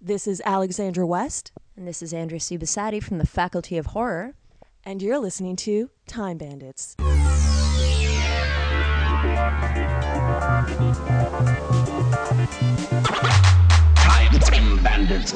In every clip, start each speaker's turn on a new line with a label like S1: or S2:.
S1: This is Alexandra West,
S2: And this is Andrea Cibasati from the Faculty of Horror.
S1: and you're listening to Time Bandits.
S3: Time Bandits.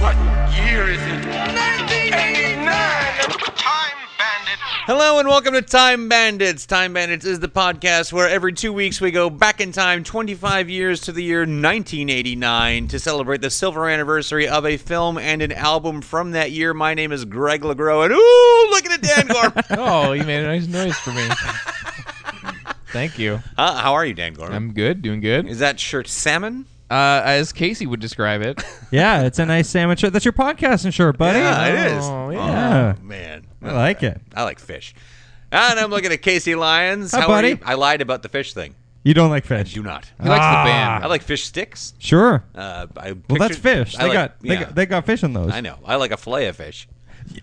S4: What year is it? 1989! Time Bandit.
S5: Hello and welcome to Time Bandits. Time Bandits is the podcast where every two weeks we go back in time 25 years to the year 1989 to celebrate the silver anniversary of a film and an album from that year. My name is Greg LeGros, and ooh, look at it, Dan Gorman.
S6: Oh, you made a nice noise for me. Thank you.
S5: Huh? how are you, Dan Gorman?
S6: I'm good, doing good.
S5: is that shirt salmon?
S6: Uh, as Casey would describe it,
S7: Yeah, it's a nice sandwich. That's your podcasting shirt, buddy.
S5: Yeah, it is.
S6: Oh,
S7: yeah.
S5: Oh, man.
S7: I like it.
S5: I like fish. And I'm looking at Casey Lyons.
S7: Hi,
S5: how are
S7: buddy.
S5: you? I lied about the fish thing.
S7: You don't like
S5: I
S7: fish.
S5: do not.
S6: he likes
S7: Ah.
S6: the band.
S5: I like fish sticks.
S7: Sure.
S5: Uh, I
S7: Well,
S5: pictured-
S7: that's fish.
S5: I
S7: They
S5: like-
S7: got they,
S5: yeah.
S7: got they got fish in those.
S5: I know. I like a fillet of fish.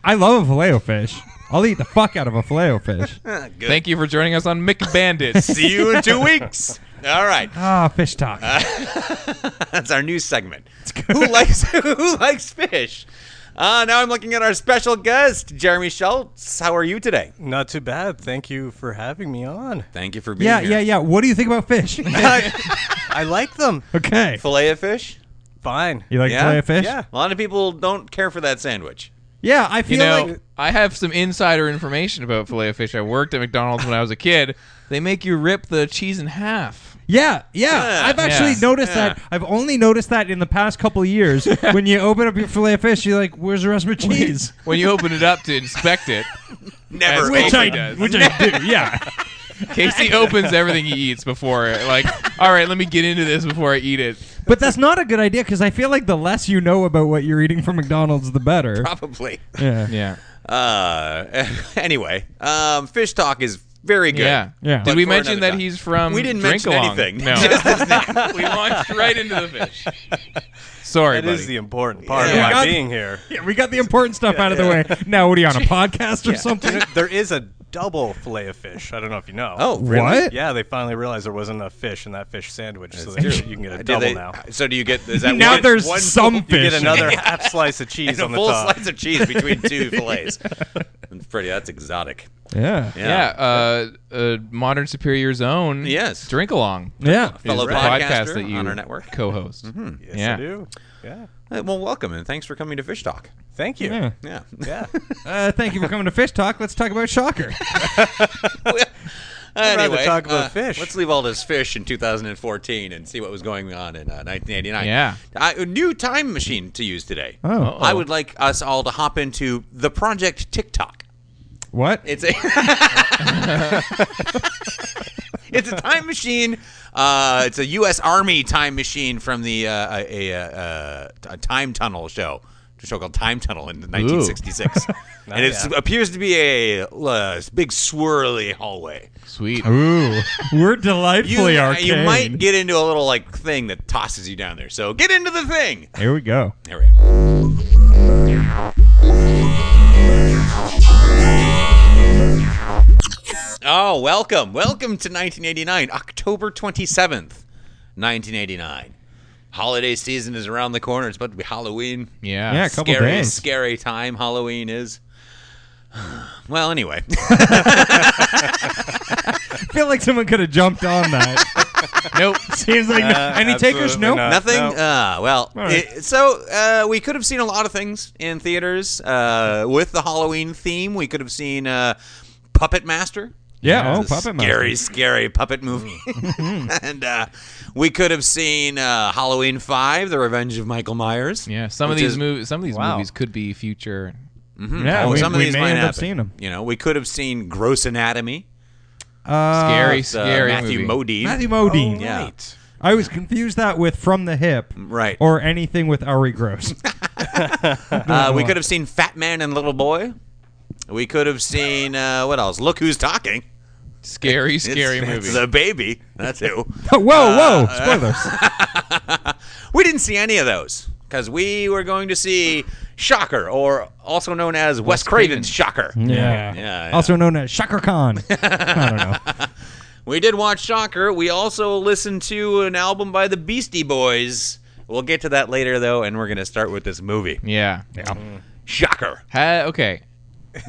S7: I love a filet o fish. I'll eat the fuck out of a filet o fish.
S5: Good.
S6: Thank you for joining us on Mick Bandits.
S5: See you in two weeks. All right,
S7: Ah, fish talk.
S5: that's our new segment. Who likes Who likes fish? Uh, now I'm looking at our special guest, Jeremy Schultz. How are you today?
S8: Not too bad. Thank you for having me on.
S5: Thank you for being
S7: yeah, yeah,
S5: here.
S7: yeah. What do you think about fish?
S8: I like them.
S7: okay.
S5: Fillet of fish.
S8: Fine.
S7: You like
S5: Yeah,
S7: filet o fish?
S5: Yeah. A lot of people don't care for that sandwich.
S7: Yeah, I feel
S6: You know,
S7: like
S6: I have some insider information about filet of fish. I worked at McDonald's when I was a kid. They make you rip the cheese in half.
S7: Yeah, yeah.
S5: Yeah,
S7: I've actually
S6: yeah,
S7: noticed
S5: yeah.
S7: that. I've only noticed that in the past couple of years. when you open up your filet of fish, you're like, "Where's the rest of my cheese?"
S6: When you open it up to inspect it,
S5: Never.
S6: Which
S5: opened
S6: I-
S5: it.
S6: does.
S7: which I do. Yeah.
S6: Casey opens everything he eats before. it. Like, all right, let me get into this before I eat it.
S7: But that's not a good idea because I feel like the less you know about what you're eating from McDonald's, the better.
S5: probably.
S7: Yeah.
S6: Yeah.
S5: Uh, anyway, um, fish talk is very good.
S6: Yeah.
S7: Yeah.
S6: Did
S7: But
S6: we
S5: for
S6: mention
S5: another
S6: that
S5: time.
S6: he's from
S5: We didn't
S6: Drink
S5: mention
S6: Along?
S5: anything.
S6: No.
S5: Just
S6: we launched right into the fish. Sorry,
S8: That
S6: buddy.
S8: is the important part
S5: Yeah.
S8: of
S7: Yeah.
S8: my being here.
S7: Yeah, we got the important stuff out of the way. Now, what are you on a podcast or something?
S8: there is a double fillet of fish. I don't know if you know.
S5: Oh, really?
S7: What?
S8: Yeah, they finally realized there wasn't enough fish in that fish sandwich, so
S5: That's
S8: they,
S5: true.
S8: you can get a
S5: Did
S8: double
S5: they-
S8: now.
S5: So do you get? Is that
S7: Now
S5: one-
S7: there's
S5: one
S7: some
S8: You
S7: fish.
S8: get another half slice of cheese on
S5: and a
S8: the
S5: full
S8: top.
S5: slice of cheese between two fillets. That's pretty. That's exotic.
S7: Yeah.
S6: Yeah, uh, uh, Modern Superior Zone.
S5: Yes.
S6: Drink along.
S7: Yeah.
S6: is
S5: Fellow
S6: the
S5: podcaster
S6: podcast that you
S5: on our network. Mm-hmm.
S6: co-host.
S8: Yes,
S6: Yeah.
S8: I do. Yeah.
S5: Uh, Well, welcome and thanks for coming to Fish Talk.
S8: Thank you.
S7: Yeah.
S5: Yeah.
S8: Yeah.
S7: Uh, thank you for coming to Fish Talk. Let's talk about Shocker.
S5: I'd
S8: rather
S5: anyway,
S8: talk about
S5: uh,
S8: fish.
S5: Let's leave all this fish in 2014 and see what was going on in uh, 1989.
S6: Yeah.
S5: I, a new time machine to use today.
S7: Oh.
S5: I would like us all to hop into the Project TikTok.
S7: What?
S5: It's a it's a time machine. Uh, it's a U.S. Army time machine from the uh, a, a, uh a time tunnel show, a show called Time Tunnel in 1966, and it
S8: yeah.
S5: appears to be a uh, big swirly hallway.
S6: Sweet.
S7: Ooh, we're
S5: You,
S7: delightfully arcane.
S5: you might get into a little like thing that tosses you down there. So get into the thing.
S7: Here we go.
S5: There we go. Oh, welcome. Welcome to 1989, October 27th, 1989. Holiday season is around the corner. It's about to be Halloween.
S6: Yeah.
S7: Yeah, a couple
S5: Scary,
S7: days.
S5: scary time Halloween is. Well, anyway,
S7: I feel like someone could have jumped on that. Uh,
S6: Nope.
S7: Seems like any takers?
S8: absolutely
S7: No.
S8: not.
S5: nothing.
S8: no.
S5: Uh, well,
S7: right.
S5: it- so uh, we could have seen a lot of things in theaters uh, with the Halloween theme. We could have seen uh, Puppet Master.
S7: Yeah.
S5: It's a
S7: oh, puppet
S5: scary,
S7: master.
S5: scary puppet movie. and uh, we could have seen uh, Halloween Five: The Revenge of Michael Myers.
S6: Yeah. Some of
S5: Which
S6: these
S5: is-
S6: movies. Some of these
S8: Wow.
S6: movies could be future.
S7: Yeah,
S5: Oh,
S7: we,
S5: some of
S7: we
S5: these
S7: may
S5: might
S7: end up
S5: happen.
S7: seeing them.
S5: You know, we could have seen Gross Anatomy.
S7: Uh,
S6: Scary,
S5: with, uh,
S6: scary
S5: Matthew
S6: movie.
S5: Modine.
S7: Matthew Modine.
S5: yeah.
S8: Right.
S7: I was confused that with From the Hip.
S5: Right.
S7: Or anything with Ari Gross.
S5: Uh, we could have seen Fat Man and Little Boy. We could have seen uh, what else? Look who's talking.
S6: Scary,
S5: It's-
S6: scary
S5: it's
S6: movie.
S5: The baby. That's who.
S7: whoa, whoa. Spoilers.
S5: didn't see any of those because we were going to see Shocker, or also known as Wes, Craven's Shocker.
S7: Yeah.
S5: Yeah, yeah.
S7: Also known as Shaka Khan. I don't know.
S5: We did watch Shocker. We also listened to an album by the Beastie Boys. We'll get to that later, though, and we're going to start with this movie.
S6: Yeah.
S5: Shocker.
S6: Ha- okay.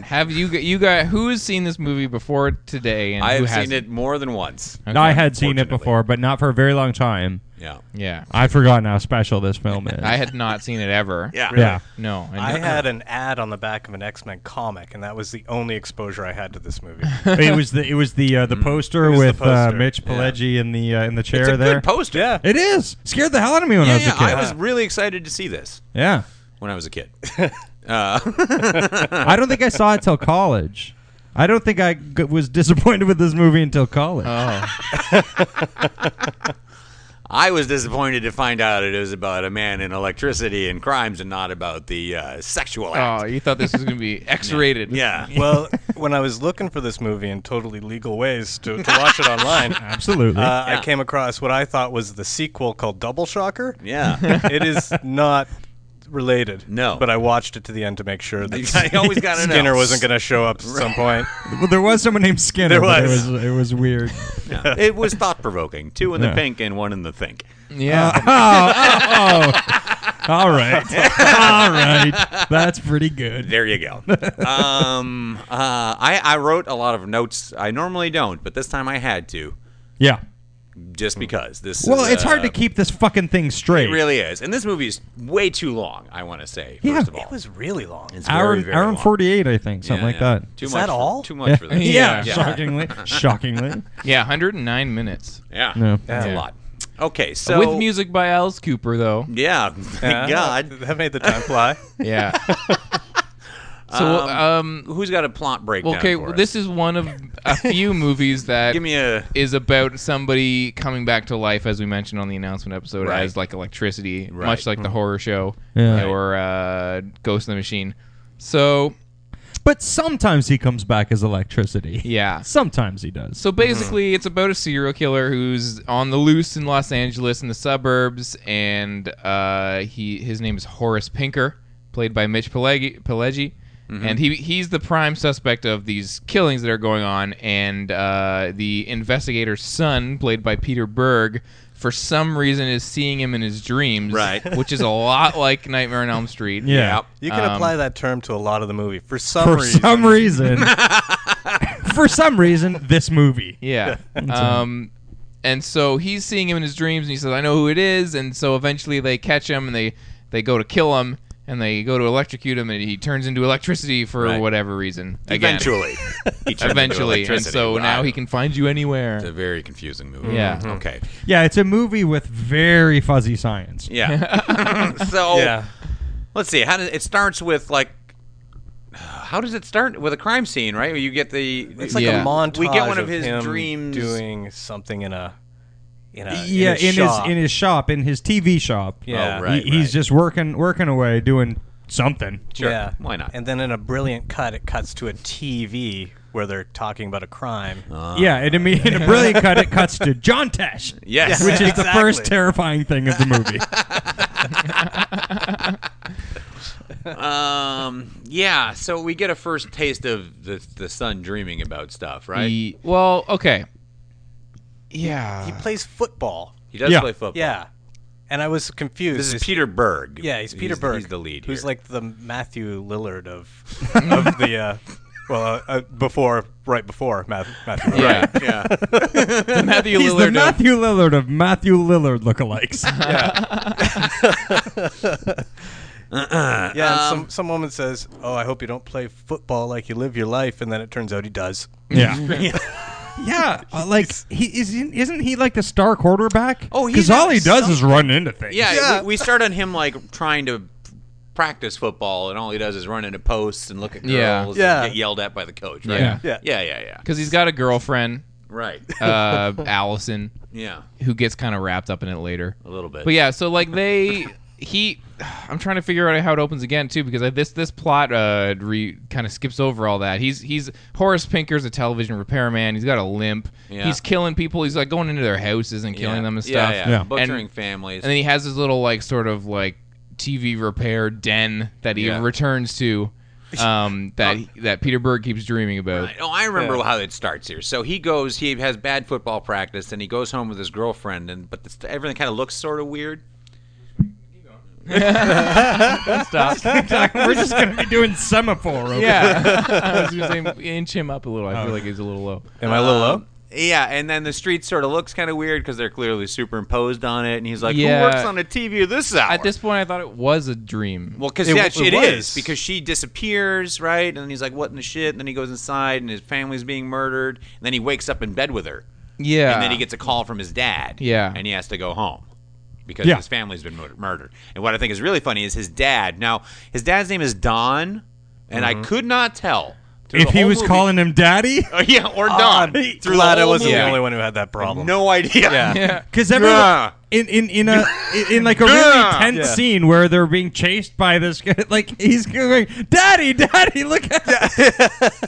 S6: Have you g- you got who has seen this movie before today? And
S5: I
S6: who
S5: have seen
S6: hasn't?
S5: it more than once.
S6: Okay.
S7: I had seen it
S5: Unfortunately.
S7: before, but not for a very long time.
S5: Yeah.
S6: Yeah.
S7: I've forgotten how special this film is.
S6: I had not seen it ever.
S5: Yeah.
S7: yeah.
S6: No.
S8: I had an ad on the back of an X Men comic, and that was the only exposure I had to this movie.
S7: it was the it was the uh, the poster
S8: was the
S7: with Uh,
S8: poster.
S7: Mitch Pileggi in the uh, in the chair
S5: It's a
S7: there.
S5: good poster.
S8: yeah,
S7: it is scared the hell out of me when I
S5: Yeah,
S7: was
S5: yeah,
S7: a kid.
S5: I was really excited to see this
S7: yeah,
S5: when I was a kid.
S7: I don't think I saw it till college. I don't think I g- was disappointed with this movie until college.
S6: Oh.
S5: I was disappointed to find out it was about a man and electricity and crimes and not about the uh, sexual
S6: oh,
S5: act.
S6: you thought this was gonna be X-rated?
S5: Yeah.
S8: well, when I was looking for this movie in totally legal ways to, to watch it online, uh,
S7: Absolutely.
S8: I came across what I thought was the sequel called Double Shocker.
S5: Yeah.
S8: It is not related.
S5: No.
S8: But I watched it to the end to make sure that
S5: I always got to know.
S8: Skinner wasn't going to show up at some point.
S7: well, there was someone named Skinner.
S8: There
S7: but
S8: was.
S7: It was, it was weird.
S5: Yeah. It was thought provoking. Two in the
S7: Yeah.
S5: pink and one in the think. Uh,
S6: Yeah.
S7: oh, oh, oh. All right. All right. That's pretty good.
S5: There you go. um, uh, I, I wrote a lot of notes. I normally don't, but this time I had to
S7: Yeah.
S5: just because this.
S7: Well,
S5: is,
S7: it's hard
S5: uh,
S7: to keep this fucking thing straight.
S5: It really is, and this movie is way too long. I want to say.
S7: Yeah,
S5: first of all,
S8: It was really long.
S5: It's
S7: hour,
S5: very, very
S7: hour and
S5: long.
S7: 48, I think, something
S5: Yeah,
S7: like
S5: yeah.
S7: that.
S5: Too
S8: Is
S5: much
S8: that
S5: for-
S8: all?
S5: Too much for this.
S6: Yeah.
S7: Shockingly. Shockingly.
S6: Yeah. 109 minutes
S5: Yeah,
S7: No.
S5: that's a
S6: Yeah.
S5: lot. Okay, so
S6: with music by Alice Cooper, though.
S5: Yeah, thank God.
S8: That made the time fly.
S6: Yeah. so um.
S5: Who's got a plot breakdown?
S6: Okay,
S5: for
S6: well,
S5: us?
S6: this is one of a few movies that
S5: Give me a.
S6: is about somebody coming back to life, as we mentioned on the announcement episode,
S5: Right.
S6: as like electricity,
S5: Right. Hmm.
S6: much like the horror show
S7: Yeah.
S6: or uh, Ghost in the Machine. So
S7: But sometimes he comes back as electricity.
S6: yeah,
S7: Sometimes he does.
S6: so basically, it's about a serial killer who's on the loose in Los Angeles in the suburbs, and uh, he his name is Horace Pinker, played by Mitch Pileggi, Pileggi. and he he's the prime suspect of these killings that are going on. And uh, the investigator's son, played by Peter Berg, for some reason is seeing him in his dreams,
S5: Right.
S6: Which is a lot like Nightmare on Elm Street.
S7: yeah.
S8: You can apply that term to a lot of the movie for some
S7: For
S8: reason.
S7: some reason. for some reason, this movie.
S6: Yeah. um, and so he's seeing him in his dreams, and he says, "I know who it is." And so eventually they catch him, and they they go to kill him, and they go to electrocute him, and he turns into electricity for
S5: Right.
S6: whatever reason. Again.
S5: Eventually, he turned into
S6: Eventually. And
S5: electricity.
S6: so now
S5: Wow.
S6: he can find you
S5: It's a
S6: anywhere.
S5: very confusing movie.
S6: Yeah.
S8: Mm-hmm.
S6: Mhm.
S5: Okay.
S7: Yeah, it's a movie with very fuzzy science.
S5: Yeah. so
S8: Yeah.
S5: let's see. How does it starts with like? How does it start with a crime scene? Right? Where you get the.
S8: It's like
S6: Yeah.
S8: a montage.
S5: We get one of his
S8: him
S5: dreams.
S8: doing something in a in a
S7: yeah,
S8: in, his shop.
S7: in his shop, in his TV shop.
S8: yeah
S5: Oh, right.
S7: He- he's just working working away doing something.
S5: Sure.
S8: yeah.
S5: Why not?
S8: And then in a brilliant cut, it cuts to a TV where they're talking about a crime.
S7: yeah, and I mean, in a brilliant cut, it cuts to John Tesh,
S5: Yes.
S7: which is the first
S8: Exactly.
S7: terrifying thing of the movie.
S5: Um. Yeah. So we get a first taste of the the son dreaming about stuff, right? He,
S6: He- well, okay. Yeah.
S8: He plays football.
S5: does
S7: Yeah.
S5: play football.
S8: Yeah, and I was confused.
S5: This is
S8: He's-
S5: Peter Berg.
S8: Yeah, he's Peter
S5: He's-
S8: Berg.
S5: He's the lead.
S8: Who's
S5: here.
S8: like the Matthew Lillard of of the uh, well uh, uh, before right before Math, Matthew.
S6: Yeah.
S8: Lillard.
S5: Yeah.
S6: The Matthew
S7: he's the
S6: Lillard uh, of-
S7: Matthew Lillard of Matthew Lillard lookalikes.
S8: Yeah, and
S5: Um,
S8: some some woman says, "Oh, I hope you don't play football like you live your life," and then it turns out he does.
S7: yeah. Yeah, uh, like he isn't isn't he like the star quarterback?
S5: Oh, he's
S7: because all
S5: got
S7: he does
S5: some-
S7: is run into things.
S5: Yeah, We, we start on him like trying to practice football, and all he does is run into posts and look at girls
S6: Yeah.
S5: and
S8: Yeah.
S5: get yelled at by the coach. Right?
S6: Yeah.
S8: Yeah.
S5: yeah, yeah, yeah.
S6: Because he's got a girlfriend,
S5: Right.
S6: uh, Allison,
S5: yeah,
S6: who gets kind of wrapped up in it later.
S5: a little bit.
S6: But yeah, so like they he I'm trying to figure out how it opens again too because I, this this plot uh re, kind of skips over all that. He's he's Horace Pinker's a television repairman. He's got a limp.
S5: Yeah.
S6: He's killing people. He's like going into their houses and killing
S5: yeah.
S6: them and
S5: Yeah,
S6: stuff.
S5: yeah.
S7: Yeah.
S5: butchering
S6: And-
S5: families.
S6: And then he has his little like sort of like TV repair den that he
S5: Yeah.
S6: returns to um that that Peter Berg keeps dreaming about.
S5: Right. Oh, I remember how it starts here. So he goes, he has bad football practice, and he goes home with his girlfriend, and but this, everything kind of looks sort of weird.
S6: Stop.
S7: We're just gonna be doing semaphore. Over
S6: yeah. I was gonna say, inch him up a little.
S5: Oh.
S6: I feel like he's a little low.
S8: Am I a little
S5: Um,
S8: low?
S5: Yeah, and then the street sort of looks kind of weird because they're clearly superimposed on it, and he's like,
S6: Yeah.
S5: "Who works on a TV of this hour?"
S6: At this point, I thought it was a dream.
S5: well, because
S8: It
S5: yeah,
S8: w-
S5: it
S8: it
S5: is
S8: was.
S5: because she disappears, right? And then he's like, "What in the shit?" And then he goes inside, and his family's being murdered. And then he wakes up in bed with her,
S6: yeah.
S5: and then he gets a call from his dad.
S6: Yeah.
S5: and he has to go home because
S7: Yeah.
S5: his family's been mur- murdered. And what I think is really funny is his dad. Now, his dad's name is Don, and I could not tell through
S7: If
S5: the
S7: he
S5: whole
S7: was
S5: movie-
S7: calling him daddy,
S5: Oh, yeah, or Don. through the
S8: Glad I
S5: whole
S8: wasn't
S5: movie.
S8: the only one who had that problem.
S5: No idea.
S6: Yeah.
S7: because everyone
S5: Yeah.
S7: in, in in a in, in like a really
S5: Yeah.
S7: tense
S8: Yeah.
S7: scene where they're being chased by this guy, like he's going, "Daddy, daddy, look at!"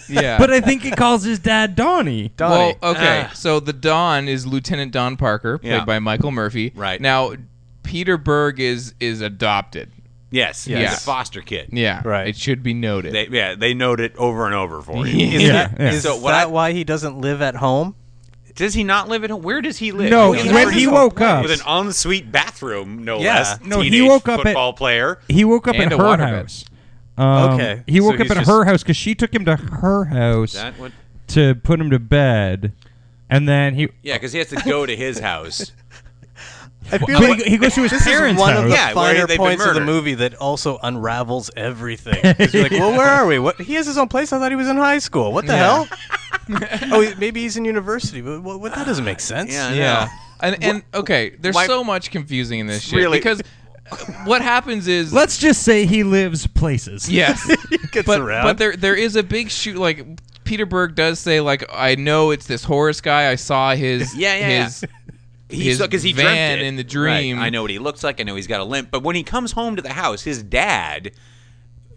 S6: Yeah.
S7: But I think he calls his dad Donnie.
S8: Donnie.
S6: Well, okay.
S5: Ah.
S6: So the Don is Lieutenant Don Parker, played
S5: Yeah.
S6: by Michael Murphy.
S5: Right.
S6: Now, Peter Berg is is adopted.
S5: Yes.
S6: Yes.
S5: He's a foster kid.
S6: Yeah.
S8: Right.
S6: It should be noted.
S5: They, yeah, they note it over and over for him.
S6: Yeah.
S5: Is
S7: Yeah,
S5: that-
S7: yeah.
S8: Is
S5: So what
S8: that
S5: I-
S8: why he doesn't live at home?
S5: does he not live at home? Where does he live?
S7: No,
S5: lives
S8: when
S5: in
S8: he
S5: his-
S7: woke up-
S5: with an ensuite bathroom, no
S8: Yeah.
S5: less.
S7: No, he
S5: Teenage
S7: woke up at-
S5: football player.
S7: He woke up
S6: And
S7: at
S6: a
S7: her
S6: waterbed.
S7: house. Um,
S8: Okay,
S7: He
S8: so
S7: woke up
S8: he's
S7: at
S8: just-
S7: her house because she took him to her house
S5: That would,
S7: to put him to bed, and then he.
S5: yeah, because he has to go to his house.
S8: I feel
S7: But he, he goes to his parents'
S8: one
S7: house.
S8: of the
S5: Yeah, where
S8: finer
S5: they've been
S8: points of the
S5: murdered.
S8: movie that also unravels everything. 'Cause you're like, well, where are we? What? He has his own place. I thought he was in high school. What the hell? oh, he- maybe he's in university, but what, what, that doesn't make sense.
S5: Yeah, I
S6: Yeah. And, and okay, there's
S5: why-
S6: so much confusing in this shit
S5: Really.
S6: because what happens is
S7: Let's just say he lives places.
S6: yes,
S8: gets
S6: but
S8: around.
S6: but there there is a big shoot like Peter Berg does say like I know it's this Horace guy I saw his
S5: Yeah, yeah, yeah.
S6: his
S5: He
S6: his
S5: saw- 'cause he dreamt
S6: van
S5: it.
S6: in the dream
S5: Right. I know what he looks like. I know he's got a limp. But when he comes home to the house, his dad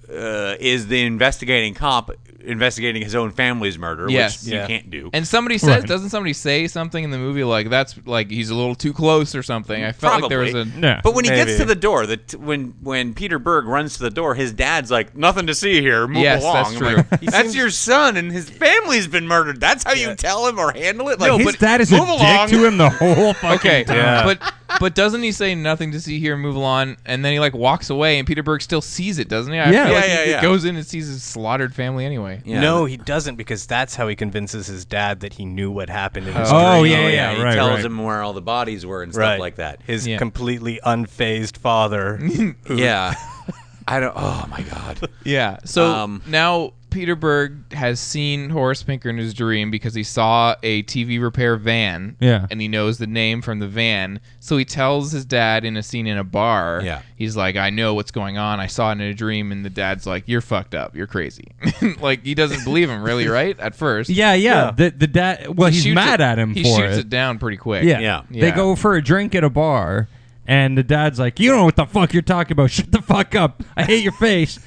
S5: uh, is the investigating cop investigating his own family's murder,
S6: Yes.
S5: which
S8: Yeah.
S5: you can't do.
S6: And somebody says,
S7: Right.
S6: doesn't somebody say something in the movie like that's like he's a little too close or something? I felt like there was a
S5: Probably.
S7: Yeah.
S5: But when he gets
S8: Maybe.
S5: to the door, that when when Peter Berg runs to the door, his dad's like, "Nothing to see here. Move
S6: Yes,
S5: along."
S6: that's
S5: I'm
S6: true.
S5: like, that's your son, and his family's been murdered. That's how you tell him or handle it. Like,
S7: His
S5: but
S7: dad is a
S5: move along.
S7: dick to him the whole fucking
S6: okay,
S7: time.
S8: Yeah.
S6: but but doesn't he say nothing to see here, move on, and then he like walks away, and Peter Berg still sees it, doesn't he? I
S7: Yeah.
S6: feel
S7: Yeah,
S6: like he-
S5: yeah,
S6: he,
S5: yeah.
S6: goes in and sees his slaughtered family anyway.
S5: Yeah.
S8: No, he doesn't because that's how he convinces his dad that he knew what happened in his
S7: Oh,
S8: dream.
S7: yeah, yeah,
S5: He
S7: right,
S5: tells
S7: right.
S5: him where all the bodies were and stuff
S8: Right.
S5: like that.
S8: His
S6: Yeah.
S8: completely unfazed father.
S5: yeah. I don't. Oh my god.
S6: Yeah. So
S5: Um,
S6: now Peter Berg has seen Horace Pinker in his dream because he saw a TV repair van.
S7: Yeah.
S6: And he knows the name from the van. So he tells his dad in a scene in a bar.
S5: Yeah.
S6: He's like, I know what's going on. I saw it in a dream. And the dad's like, You're fucked up. You're crazy. like, he doesn't believe him, really, right? At first.
S7: Yeah, yeah.
S8: Yeah.
S7: The the dad. Well,
S6: He
S7: he's
S6: shoots
S7: mad
S6: it-
S7: at him
S6: He
S7: for
S6: shoots
S7: it.
S6: it. down pretty quick.
S7: Yeah.
S5: Yeah.
S6: Yeah.
S7: They go for a drink at a bar, and the dad's like, "You don't know what the fuck you're talking about. Shut the fuck up. I hate your face."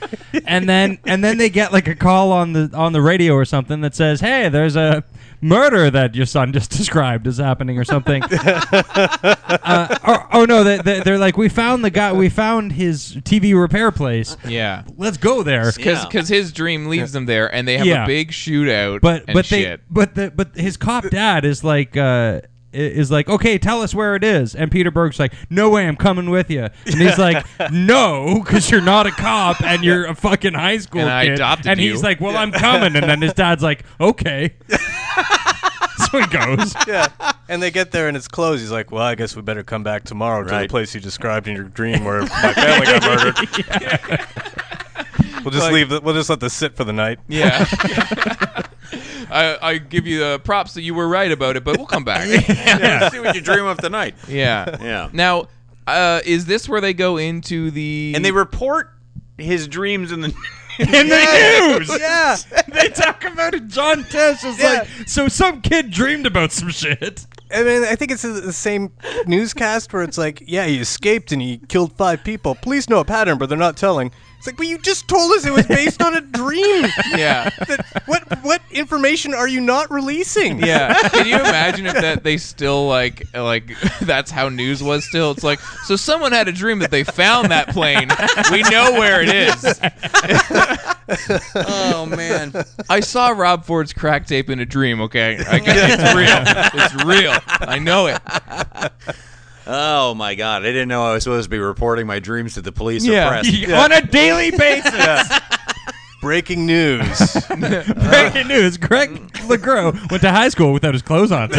S7: and then and then they get like a call on the on the radio or something that says, "Hey, there's a murder that your son just described is happening or something." uh, or, oh no, they, they, they're like, "We found the guy. We found his TV repair place.
S6: Yeah.
S7: Let's go there."
S6: Because
S5: Yeah.
S6: his dream leaves them there, and they have
S7: Yeah.
S6: a big shootout.
S7: but
S6: and
S7: but
S6: shit.
S7: they but the but his cop dad is like uh i- is like okay tell us where it is and peter berg's like no way i'm coming with you and he's like no because you're not a cop and you're a fucking high school
S6: And I
S7: kid
S6: adopted
S7: and
S6: you.
S7: he's like well i'm coming and then his dad's like okay so he goes
S8: yeah. And they get there and it's closed. He's like, well, I guess we better come back tomorrow to the
S5: Right.
S8: place you described in your dream where my family got murdered. We'll just leave. The, we'll just let this sit for the night.
S6: Yeah. I, I give you the props that you were right about it, but we'll come back.
S5: yeah. See what you dream of tonight.
S6: yeah.
S5: Yeah.
S6: Now, uh, is this where they go into the.
S5: and they report his dreams in the
S7: in the news.
S8: Yeah.
S7: They talk about it. John Tesh is
S8: Yeah.
S7: like, so some kid dreamed about some shit.
S8: I mean, I think it's the same newscast where it's like, yeah, he escaped and he killed five people. Police know a pattern, but they're not telling. It's like, but you just told us it was based on a dream.
S6: Yeah.
S8: That- what what information are you not releasing?
S6: Yeah. Can you imagine if that they still like like that's how news was still? It's like so someone had a dream that they found that plane. We know where it is.
S5: Oh man.
S6: I saw Rob Ford's crack tape in a dream, okay? I got, it's real. It's real. I know it.
S5: Oh my god. I didn't know I was supposed to be reporting my dreams to the police or press.
S7: On a daily basis.
S8: Breaking news.
S6: Uh,
S7: Breaking news. Greg LeGros went to high school without his clothes on.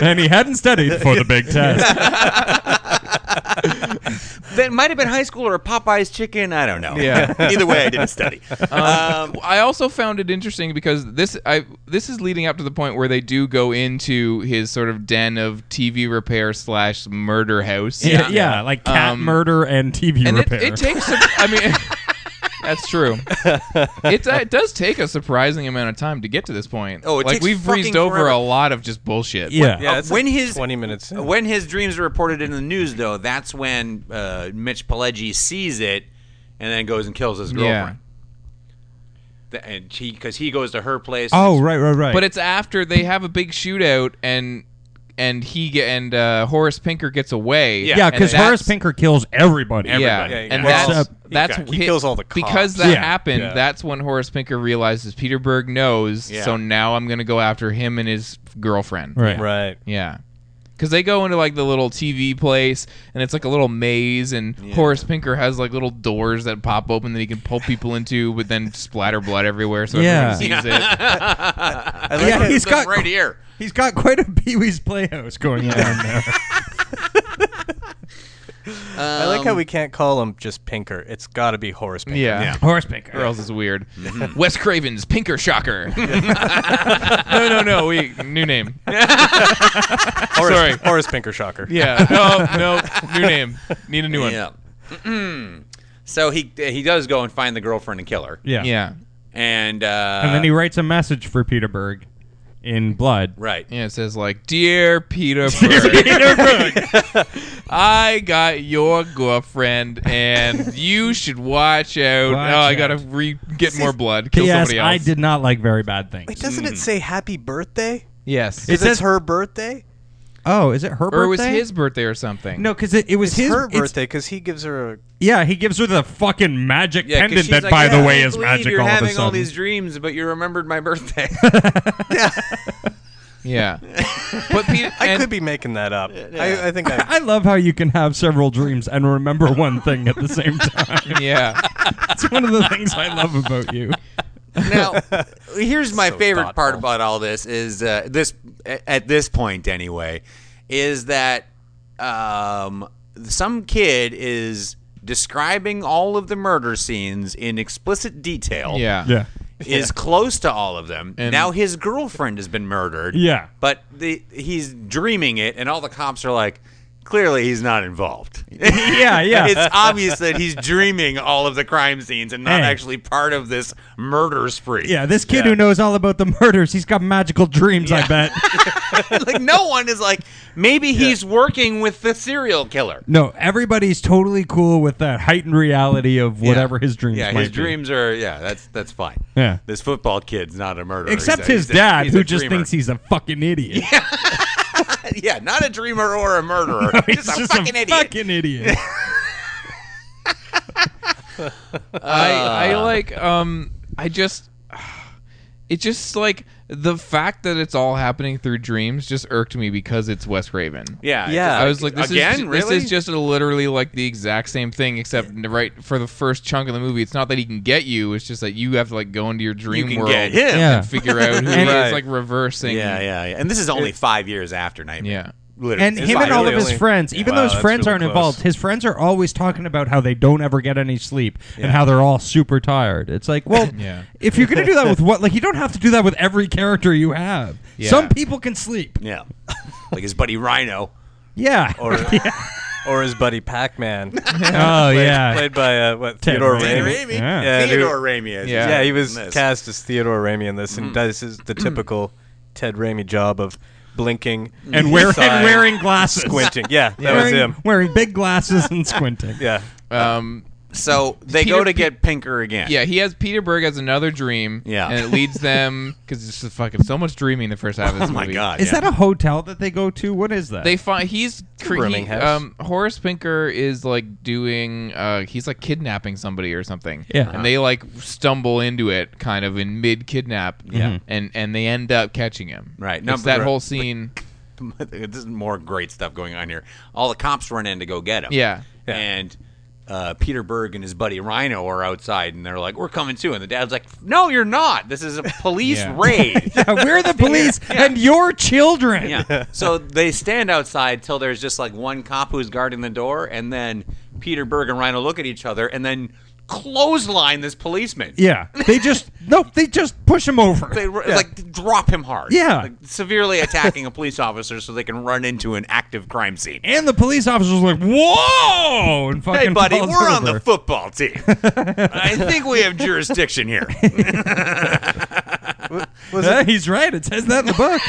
S7: and he hadn't studied for the big test.
S5: That might have been high school or Popeye's chicken. I don't know.
S6: Yeah.
S5: Either way, I didn't study. Um,
S6: I also found it interesting because this I this is leading up to the point where they do go into his sort of den of TV repair slash murder house.
S7: Yeah, yeah, like cat
S6: Um,
S7: murder and TV
S6: and it,
S7: repair.
S6: it takes. A, I mean, that's true. It, uh, it does take a surprising amount of time to get to this point.
S5: Oh, it
S6: like
S5: takes
S6: we've
S5: fucking
S6: breezed over
S5: forever.
S6: a lot of just bullshit.
S7: yeah.
S8: Yeah, it's
S5: when
S8: like
S5: his
S8: 20 minutes in.
S5: when his dreams are reported in the news, though, that's when uh, Mitch Pileggi sees it and then goes and kills his
S6: Yeah.
S5: girlfriend. Th- And he because he goes to her place.
S7: Oh, right, right, right.
S6: But it's after they have a big shootout and and he get, and uh, Horace Pinker gets away.
S5: Yeah,
S7: yeah,
S6: And
S7: because
S6: that's-
S7: Horace Pinker kills everybody.
S6: Yeah,
S8: Yeah, he
S6: and
S8: kills-
S6: that's
S7: Except-
S6: that's
S8: he
S6: hi-
S8: kills all the cops.
S6: because that
S7: Yeah.
S6: happened.
S8: Yeah.
S6: That's when Horace Pinker realizes Peterberg knows.
S5: Yeah.
S6: So now I'm gonna go after him and his girlfriend.
S7: Right.
S8: right.
S6: Yeah. Because they go into like the little TV place and it's like a little maze, and Horace Pinker has like little doors that pop open that he can pull people into, but then splatter blood everywhere so
S7: Yeah.
S6: everyone sees it.
S8: I like
S7: Yeah,
S8: how-
S7: he's
S5: He's
S7: got
S5: right here.
S7: he's got quite a Pee Wee's Playhouse going on there.
S8: I like
S7: Um,
S8: how we can't call him just Pinker. It's got to be Horace Pinker.
S6: Yeah.
S7: Horace Pinker.
S6: Or else it's weird. Wes Craven's Pinker Shocker. no, no, no. We new name.
S8: Horace,
S6: Sorry.
S8: Horace Pinker Shocker.
S6: Yeah. No, no. New name. Need a new one.
S5: Um, Yeah. so he he does go and find the girlfriend and kill her.
S7: Yeah.
S6: Yeah.
S5: And uh,
S7: And then he writes a message for Peterberg in blood.
S5: right.
S6: Yeah, it says like, "Dear Peter Berg, I got your girlfriend, and you should watch out."
S7: Watch
S6: oh, I
S7: out.
S6: gotta re- get more blood. Kill
S7: P.S.
S6: somebody else.
S7: I did not like very bad things.
S8: Wait, doesn't it say happy birthday?
S6: Yes,
S7: Hmm. It
S8: Is
S7: says-
S8: it her birthday?
S7: Oh, is it her
S6: or it was his birthday or something.
S7: No, because it, it was
S8: It's
S7: his
S8: her
S7: it's-
S8: birthday because he gives her a
S7: yeah, he gives her the fucking magic
S5: Yeah, 'cause
S7: pendant
S5: she's
S7: that,
S5: like,
S7: by
S5: "Yeah,
S7: the way,
S5: I
S7: is
S5: believe
S7: magic
S5: You're
S7: all of a
S5: having all
S7: sudden.
S5: these dreams, but you remembered my birthday.
S6: Yeah, but Peter,
S8: I
S6: and-
S8: could be making that up. I, I think I,
S7: I love how you can have several dreams and remember one thing at the same time.
S6: Yeah,
S7: It's one of the things I love about you.
S5: now, here's my
S8: So
S5: favorite part
S8: thoughtful.
S5: about all this is uh, this at this point anyway is that um, some kid is describing all of the murder scenes in explicit detail.
S6: yeah,
S7: Yeah.
S5: is close to all of them.
S6: And-
S5: now his girlfriend has been murdered.
S7: Yeah.
S5: but the, he's dreaming it, and all the cops are like. Clearly, he's not involved.
S7: Yeah, yeah.
S5: it's obvious that he's dreaming all of the crime scenes and not
S7: Hey.
S5: actually part of this murder spree.
S7: Yeah, this kid who knows all about the murders, he's got magical dreams, I bet.
S5: like no one is like maybe he's working with the serial killer.
S7: No, everybody's totally cool with that heightened reality of whatever his dreams
S5: Yeah,
S7: might
S5: his
S7: be.
S5: dreams are yeah, that's that's fine.
S7: Yeah.
S5: This football kid's not a murderer.
S7: Except
S5: He's a-
S7: his
S5: he's a-
S7: dad,
S5: he's a
S7: who just
S5: dreamer.
S7: thinks he's a fucking idiot.
S5: Yeah, not a dreamer or a murderer. just, a fucking idiot.
S7: fucking idiot.
S6: I,
S5: Uh.
S6: I like, um, I just, it just like the fact that it's all happening through dreams just irked me because it's Wes Craven.
S5: Yeah. it's
S8: Yeah.
S5: just
S6: I was like, this
S5: again,
S6: is ju-
S5: really?
S6: this is just literally like the exact same thing, except n- right for the first chunk of the movie, it's not that he can get you; it's just that you have to like go into your
S5: you
S6: dream
S5: can
S6: world
S5: get him.
S7: Yeah.
S6: and figure out who
S7: And-
S6: it
S8: Right.
S6: is, like reversing.
S5: Yeah, yeah, yeah. And this is only five years after Nightmare.
S6: yeah.
S5: Literally.
S7: And
S5: It's
S7: him and
S5: fine.
S7: all of
S8: really
S7: his
S8: only-
S7: friends, even
S8: Wow,
S7: though his
S8: that's
S7: friends
S8: really
S7: aren't
S8: close.
S7: involved, his friends are always talking about how they don't ever get any sleep and how they're all super tired. It's like, well,
S6: Yeah.
S7: if you're gonna do that with what, like, you don't have to do that with every character you have.
S6: Yeah.
S7: Some people can sleep.
S5: Yeah. like his buddy Rhino.
S7: Yeah.
S5: Or
S8: or his buddy Pac-Man,
S7: oh
S8: played,
S7: yeah.
S8: played by uh, what
S7: Ted
S8: Theodore
S7: Raimi.
S8: Raimi.
S5: Raimi.
S7: Yeah.
S8: Yeah, dude.
S5: Theodore Raimi. Is
S6: Yeah.
S8: Yeah, he was
S5: in this.
S8: cast as Theodore Raimi in this,
S7: Hmm.
S8: and does his, the typical Ted Raimi job of blinking
S7: and, wear,
S8: sighing,
S7: and wearing glasses.
S8: squinting. Yeah, that was
S7: Wearing,
S8: him.
S7: wearing big glasses and squinting.
S8: Yeah,
S6: Um,
S5: So they
S6: Peter
S5: go to
S6: P-
S5: get Pinker again.
S6: yeah, he has Peter Berg has another dream.
S5: Yeah.
S6: and it leads them because it's just fucking so much dreaming the first half of this
S5: Oh my
S6: movie.
S5: god.
S7: Is
S5: yeah.
S7: that a hotel that they go to? What is that?
S6: They find he's cre-
S8: rooming
S6: he-
S8: house.
S6: um Horace Pinker is like doing uh he's like kidnapping somebody or something.
S7: Yeah.
S6: And they like stumble into it kind of in mid kidnap. Yeah.
S7: Mm-hmm.
S6: And and they end up catching him.
S5: Right. No,
S6: It's that
S5: but-
S6: whole scene.
S5: this is more great stuff going on here. All the cops run in to go get him.
S6: Yeah.
S8: Yeah.
S5: And uh, Peter Berg and his buddy Rhino are outside, and they're like, "We're coming too." And the dad's like, "No, you're not. This is a police
S6: Yeah.
S5: raid."
S7: yeah, we're the police and your children.
S5: yeah. So they stand outside till there's just like one cop who's guarding the door, and then Peter Berg and Rhino look at each other, and then clothesline this policeman.
S7: Yeah. They just nope. They just push him over.
S5: They r like drop him hard.
S7: Yeah.
S5: Like, severely attacking a police officer so they can run into an active crime scene.
S7: and the police officer's like, "Whoa!" and fucking
S5: Hey, buddy,
S7: falls
S5: we're on
S7: over.
S5: the football team. I think we have jurisdiction here.
S8: was
S7: Yeah,
S8: it,
S7: he's right. It says that in the book.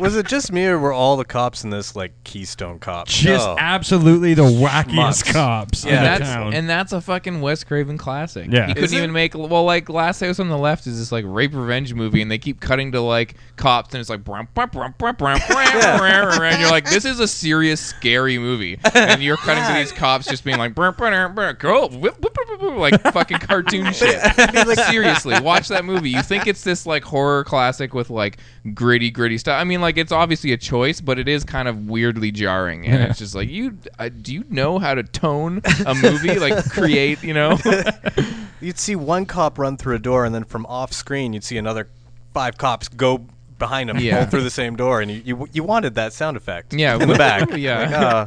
S8: was it just me or were all the cops in this like Keystone cops?
S7: just
S5: No.
S7: absolutely the wackiest
S8: Mutts.
S7: cops
S8: Yeah.
S7: in
S6: And
S7: the
S6: that's
S7: town.
S6: and that's a fucking Wes Craven classic.
S7: Yeah.
S6: he couldn't
S5: it?
S6: even make well like Last House on the Left is this like rape revenge movie, and they keep cutting to like cops, and it's like brum, brum, brum, brum, brum, brum, brum, and you're like, this is a serious scary movie, and you're cutting to these cops just being like, brum, brum, brum, go, whip, whip, whip, whip, whip, like fucking cartoon shit. Seriously, watch that movie. You think it's this like horror classic with like gritty, gritty stuff. I mean, like it's obviously a choice, but it is kind of weirdly jarring, and it's just like you uh, do you know how to tone a movie, like create, you know?
S8: You'd see one cop run through a door, and then from off screen, you'd see another five cops go behind him,
S6: Yeah.
S8: all through the same door, and you, you you wanted that sound effect.
S6: Yeah,
S8: in the
S6: wh-
S8: back.
S6: yeah.
S8: Like, oh,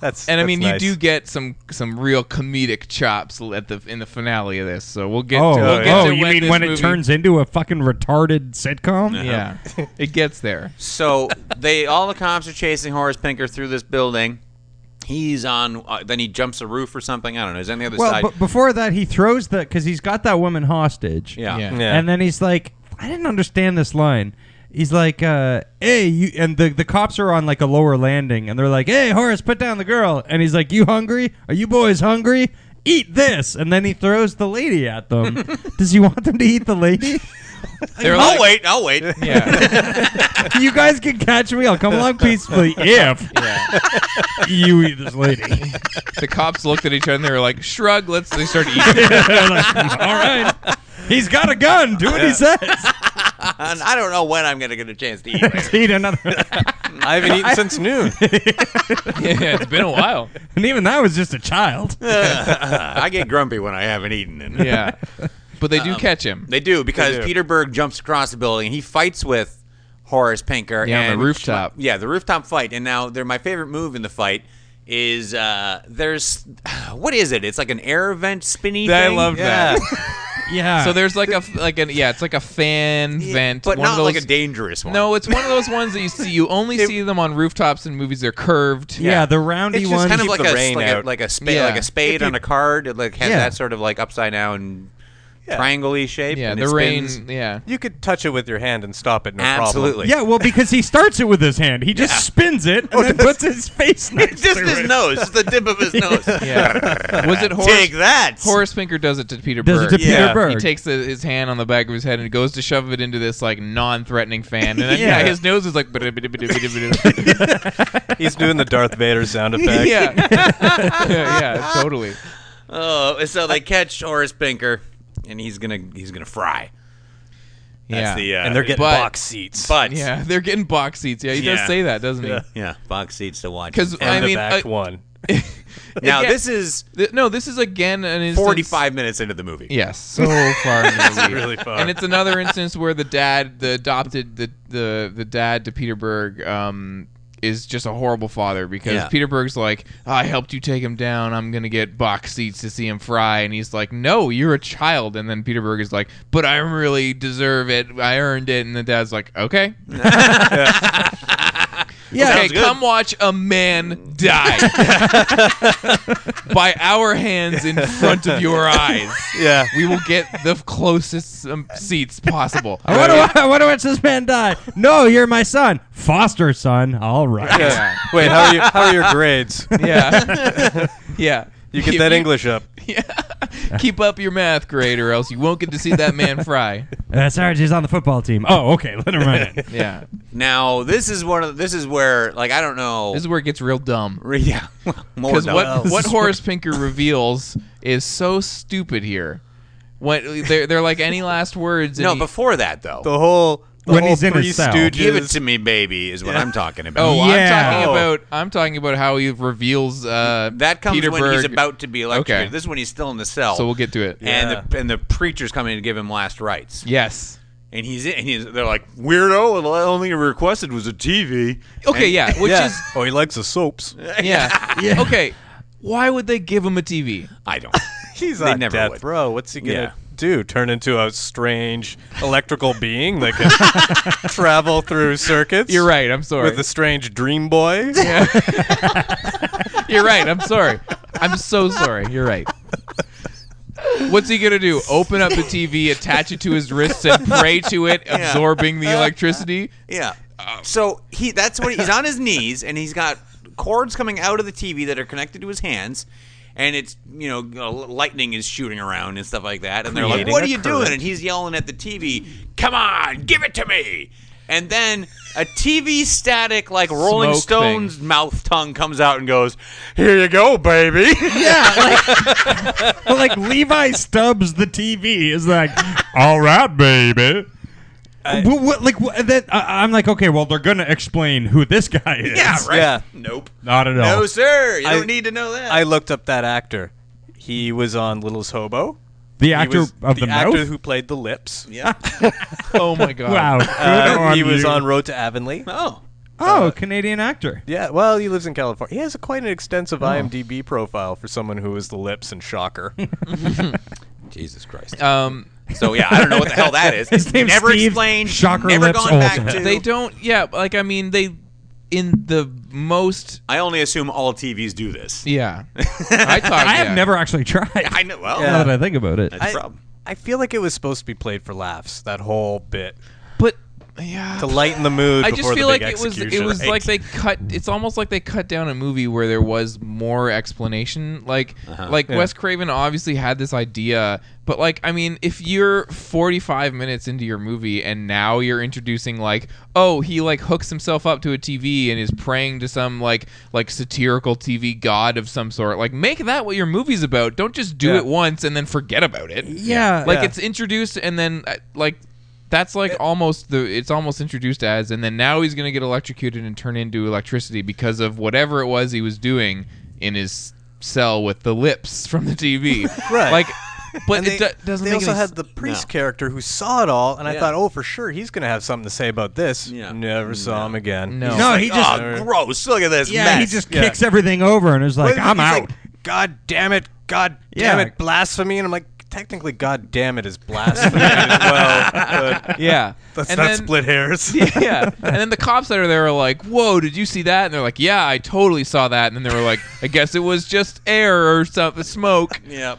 S8: that's
S6: and I
S8: that's
S6: mean,
S8: nice.
S6: you do get some some real comedic chops l- at the in the finale of this. So we'll get
S7: oh,
S6: to. We'll get
S7: oh,
S6: to
S7: you mean
S6: this
S7: when it
S6: movie-
S7: turns into a fucking retarded sitcom?
S6: Yeah, it gets there.
S5: so they all the cops are chasing Horace Pinker through this building. He's on. Uh, then he jumps a roof or something. I don't know. He's on the other
S7: Well,
S5: side.
S7: but before that, he throws the because he's got that woman hostage.
S5: yeah.
S6: Yeah.
S8: Yeah.
S7: And then he's like, I didn't understand this line. He's like, uh, hey, you, and the, the cops are on like a lower landing, and they're like, hey, Horace, put down the girl. And he's like, you hungry? Are you boys hungry? Eat this. And then he throws the lady at them. Does he want them to eat the lady?
S6: They're
S5: I'll
S6: like-
S5: wait. I'll wait.
S6: Yeah,
S7: you guys can catch me. I'll come along peacefully if
S6: yeah.
S7: you eat this lady.
S6: The cops looked at each other and they were like, "Shrug." Let's. They started eating.
S7: All right. He's got a gun. Do what he says.
S5: And I don't know when I'm gonna get a chance to eat. Later.
S7: Eat another.
S8: I haven't eaten since noon.
S6: yeah, it's been a while.
S7: And even that was just a child.
S5: I get grumpy when I haven't eaten. And
S6: Yeah, but they do catch him.
S5: Um, They do because
S8: They do.
S5: Peter Berg jumps across the building. and He fights with Horace Pinker
S6: Yeah, on the
S5: and
S6: rooftop.
S5: yeah, the rooftop fight. And now they're my favorite move in the fight is uh there's what is it? It's like an air vent spinny.
S6: I
S5: thing?
S6: loved
S8: Yeah.
S6: that.
S7: Yeah.
S6: So there's like a f- like an yeah, it's like a fan vent,
S5: but
S6: one
S5: not
S6: of those,
S5: like a dangerous one.
S6: No, it's one of those ones that you see. You only see them on rooftops in movies. They're curved.
S7: yeah, the roundy
S5: it's
S7: one.
S5: just kind of
S8: Keep
S5: like
S8: the
S5: a,
S8: rain
S5: like, a,
S8: out.
S5: like a spa-
S6: Yeah.
S5: like a spade on a card. It like has
S7: Yeah.
S5: that sort of like upside down
S8: Yeah.
S5: triangle-y shape.
S6: yeah.
S5: and
S6: The
S5: it
S6: rain.
S5: spins.
S6: Yeah,
S8: You could touch it with your hand and stop it, no
S5: Absolutely.
S7: Yeah, well, because he starts it with his hand. He just spins it and then puts his face next
S5: Just
S7: to
S5: his
S7: it.
S5: nose, just the tip of his nose.
S6: yeah. Was it Horace?
S5: Take that.
S6: Horace Pinker does it to Peter
S7: Does it
S6: Berg.
S7: to Peter
S8: Yeah.
S7: Berg.
S6: He takes the, his hand on the back of his head and goes to shove it into this like non-threatening fan, and then, yeah.
S7: Yeah.
S6: his nose is like. yeah,
S8: problem. He's doing the Darth Vader sound effect.
S6: yeah, totally.
S5: Oh, so they catch Horace Pinker, and he's gonna he's gonna fry.
S6: Yeah,
S5: That's the uh,
S8: And they're getting
S6: But-
S8: box seats.
S5: but yeah,
S6: yeah. They're getting box seats. Yeah, he
S5: Yeah.
S6: does say that, doesn't he?
S5: box seats to watch.
S6: 'Cause
S5: And
S8: and
S6: I
S8: the
S6: mean, uh,
S8: back
S6: I-
S8: one.
S5: now
S6: yeah.
S5: this is
S6: Th- no, this is again an instance.
S5: forty-five minutes into the movie.
S6: Yes, so far. in the movie.
S8: really far.
S6: And it's another instance where the dad, the adopted, the the the dad to Peter Berg, um, is just a horrible father because
S5: Yeah.
S6: Peter Berg's like, I helped you take him down. I'm gonna get box seats to see him fry, and he's like, No, you're a child. And then Peter Berg is like, But I really deserve it. I earned it. And the dad's like, Okay.
S7: Yeah.
S6: okay,
S5: Sounds good.
S6: come watch a man die by our hands in front of your eyes.
S8: Yeah.
S6: We will get the closest um, seats possible.
S7: I want, to, I want to watch this man die. No, you're my son. Foster son. All right.
S8: Yeah. Wait, how are, you, how are your grades?
S6: Yeah, yeah.
S8: You get
S6: If
S8: that English up.
S6: Keep up your math grade, or else you won't get to see that man fry.
S7: Uh, Sarge is on the football team. Oh, okay. Let him run it.
S6: Yeah,
S5: Now this is one of this is where like I don't know.
S6: this is where it gets real dumb.
S5: Re- yeah, well, more
S6: Because
S5: dumb.
S6: what what Horace Pinker reveals is so stupid here. When they're, they're like any last words. and
S5: no,
S6: he-
S5: before that though.
S8: The whole the
S7: When
S8: whole
S7: he's in
S8: Three
S7: his cell.
S8: Stooges.
S5: Give it to me, baby, is what I'm talking about.
S6: Oh, I'm
S7: Yeah.
S6: talking
S7: Oh.
S6: about I'm talking about how he reveals uh,
S5: that comes
S6: Peter
S5: when he's
S6: Berg.
S5: about to be electrocuted.
S6: Okay.
S5: This is when he's still in the cell.
S6: So we'll get to it.
S5: and the and the preacher's coming to give him last rites.
S6: Yes.
S5: And he's in, and he's, they're like weirdo. The only thing he requested was a TV.
S6: Okay.
S5: And-
S6: Yeah. Which
S8: yeah.
S6: is
S8: oh, he likes the soaps.
S6: yeah. Okay. Why would they give him a TV?
S5: I don't.
S8: He's
S5: They
S8: on
S5: never
S8: death
S5: would.
S8: row. What's he gonna
S5: Yeah.
S8: do? Turn into a strange electrical being that can travel through circuits?
S6: You're right. I'm sorry.
S8: With a strange dream boy.
S6: You're right. I'm sorry. I'm so sorry. You're right. What's he gonna do? Open up the TV, attach it to his wrists, and pray to it, absorbing the electricity?
S5: Yeah. So he that's what he- he's on his knees and he's got cords coming out of the TV that are connected to his hands. And it's you know uh, lightning is shooting around and stuff like that, and they're like,
S8: Creating
S5: "What
S8: a
S5: are you
S8: current.
S5: doing?" And he's yelling at the TV, "Come on, give it to me!" And then a TV static like Rolling
S6: Smoke
S5: Stones mouth tongue comes out and goes, "Here you go, baby."
S7: But like Levi Stubbs, the TV is like, all right, baby. But what, like what, that, I, I'm like, okay, well, they're gonna explain who this guy is.
S5: yeah, right.
S8: Yeah.
S5: Nope.
S7: Not at all.
S5: No, sir. You
S8: I-
S5: don't need to know that.
S8: I looked up that actor. He was on Little's Hobo.
S7: the
S8: He
S7: actor
S8: was
S7: of the,
S8: actor
S7: mouth.
S8: who played the lips.
S5: yeah.
S6: Oh my god.
S7: wow. good
S8: Uh,
S7: on
S8: he was
S7: you.
S8: on Road to Avonlea.
S5: Oh.
S7: Oh, Canadian actor.
S8: Yeah, well, he lives in California. He has a quite an extensive IMDb profile for someone who is the lips and shocker.
S5: Jesus Christ.
S6: Um,
S5: So yeah, I don't know what the hell that is.
S7: His
S5: It's
S7: name's
S5: never
S7: Steve
S5: explained.
S7: Shocker
S5: never
S7: Lips
S5: gone back
S7: Olsen.
S5: to.
S6: they don't. Yeah. Like I mean, they in the most.
S5: I only assume all TVs do this.
S6: Yeah. I thought.
S7: I have
S6: yeah.
S7: never actually tried.
S5: I know. Well,
S7: Now that I think about it,
S5: that's a problem.
S8: I feel like it was supposed to be played for laughs, that whole bit.
S6: But yeah.
S8: To lighten the mood
S6: I just
S8: before
S6: feel
S8: the
S6: like
S8: big
S6: it was it
S8: execution.
S6: was like they cut. It's almost like they cut down a movie where there was more explanation. Like
S8: Uh-huh.
S6: like Wes Craven obviously had this idea, but like I mean, if you're 45 minutes into your movie and now you're introducing like, oh, he like hooks himself up to a TV and is praying to some like like satirical TV god of some sort. Like make that what your movie's about. Don't just do
S8: Yeah.
S6: it once and then forget about it.
S7: yeah,
S6: like
S8: Yeah. Eh.
S6: it's introduced and then uh, like that's like almost the it's almost introduced as and then now he's gonna get electrocuted and turn into electricity because of whatever it was he was doing in his cell with the lips from the TV.
S8: Right.
S6: Like, but
S8: And
S6: it
S8: they,
S6: do- doesn't
S8: they
S6: make
S8: also
S6: any s-
S8: had the priest character who saw it all, and I
S5: Yeah.
S8: thought, oh, for sure, he's going to have something to say about this.
S5: Yeah.
S8: Never saw him again.
S6: No.
S7: no, he just,
S5: oh, gross! Look at this
S7: yeah,
S5: mess.
S7: he just
S8: yeah.
S7: kicks everything over and is like,
S8: Well,
S7: I'm
S8: he's
S7: out.
S8: like, God damn it! God damn
S7: Yeah.
S8: it! Blasphemy! And I'm like, technically, God damn it is blasphemy. as well, but
S6: yeah.
S8: let's
S6: And
S8: not
S6: then-
S8: split hairs.
S6: yeah, and then the cops that are there are like, "Whoa, did you see that?" And they're like, "Yeah, I totally saw that." And then they were like, "I guess it was just air or something, smoke."
S5: yeah.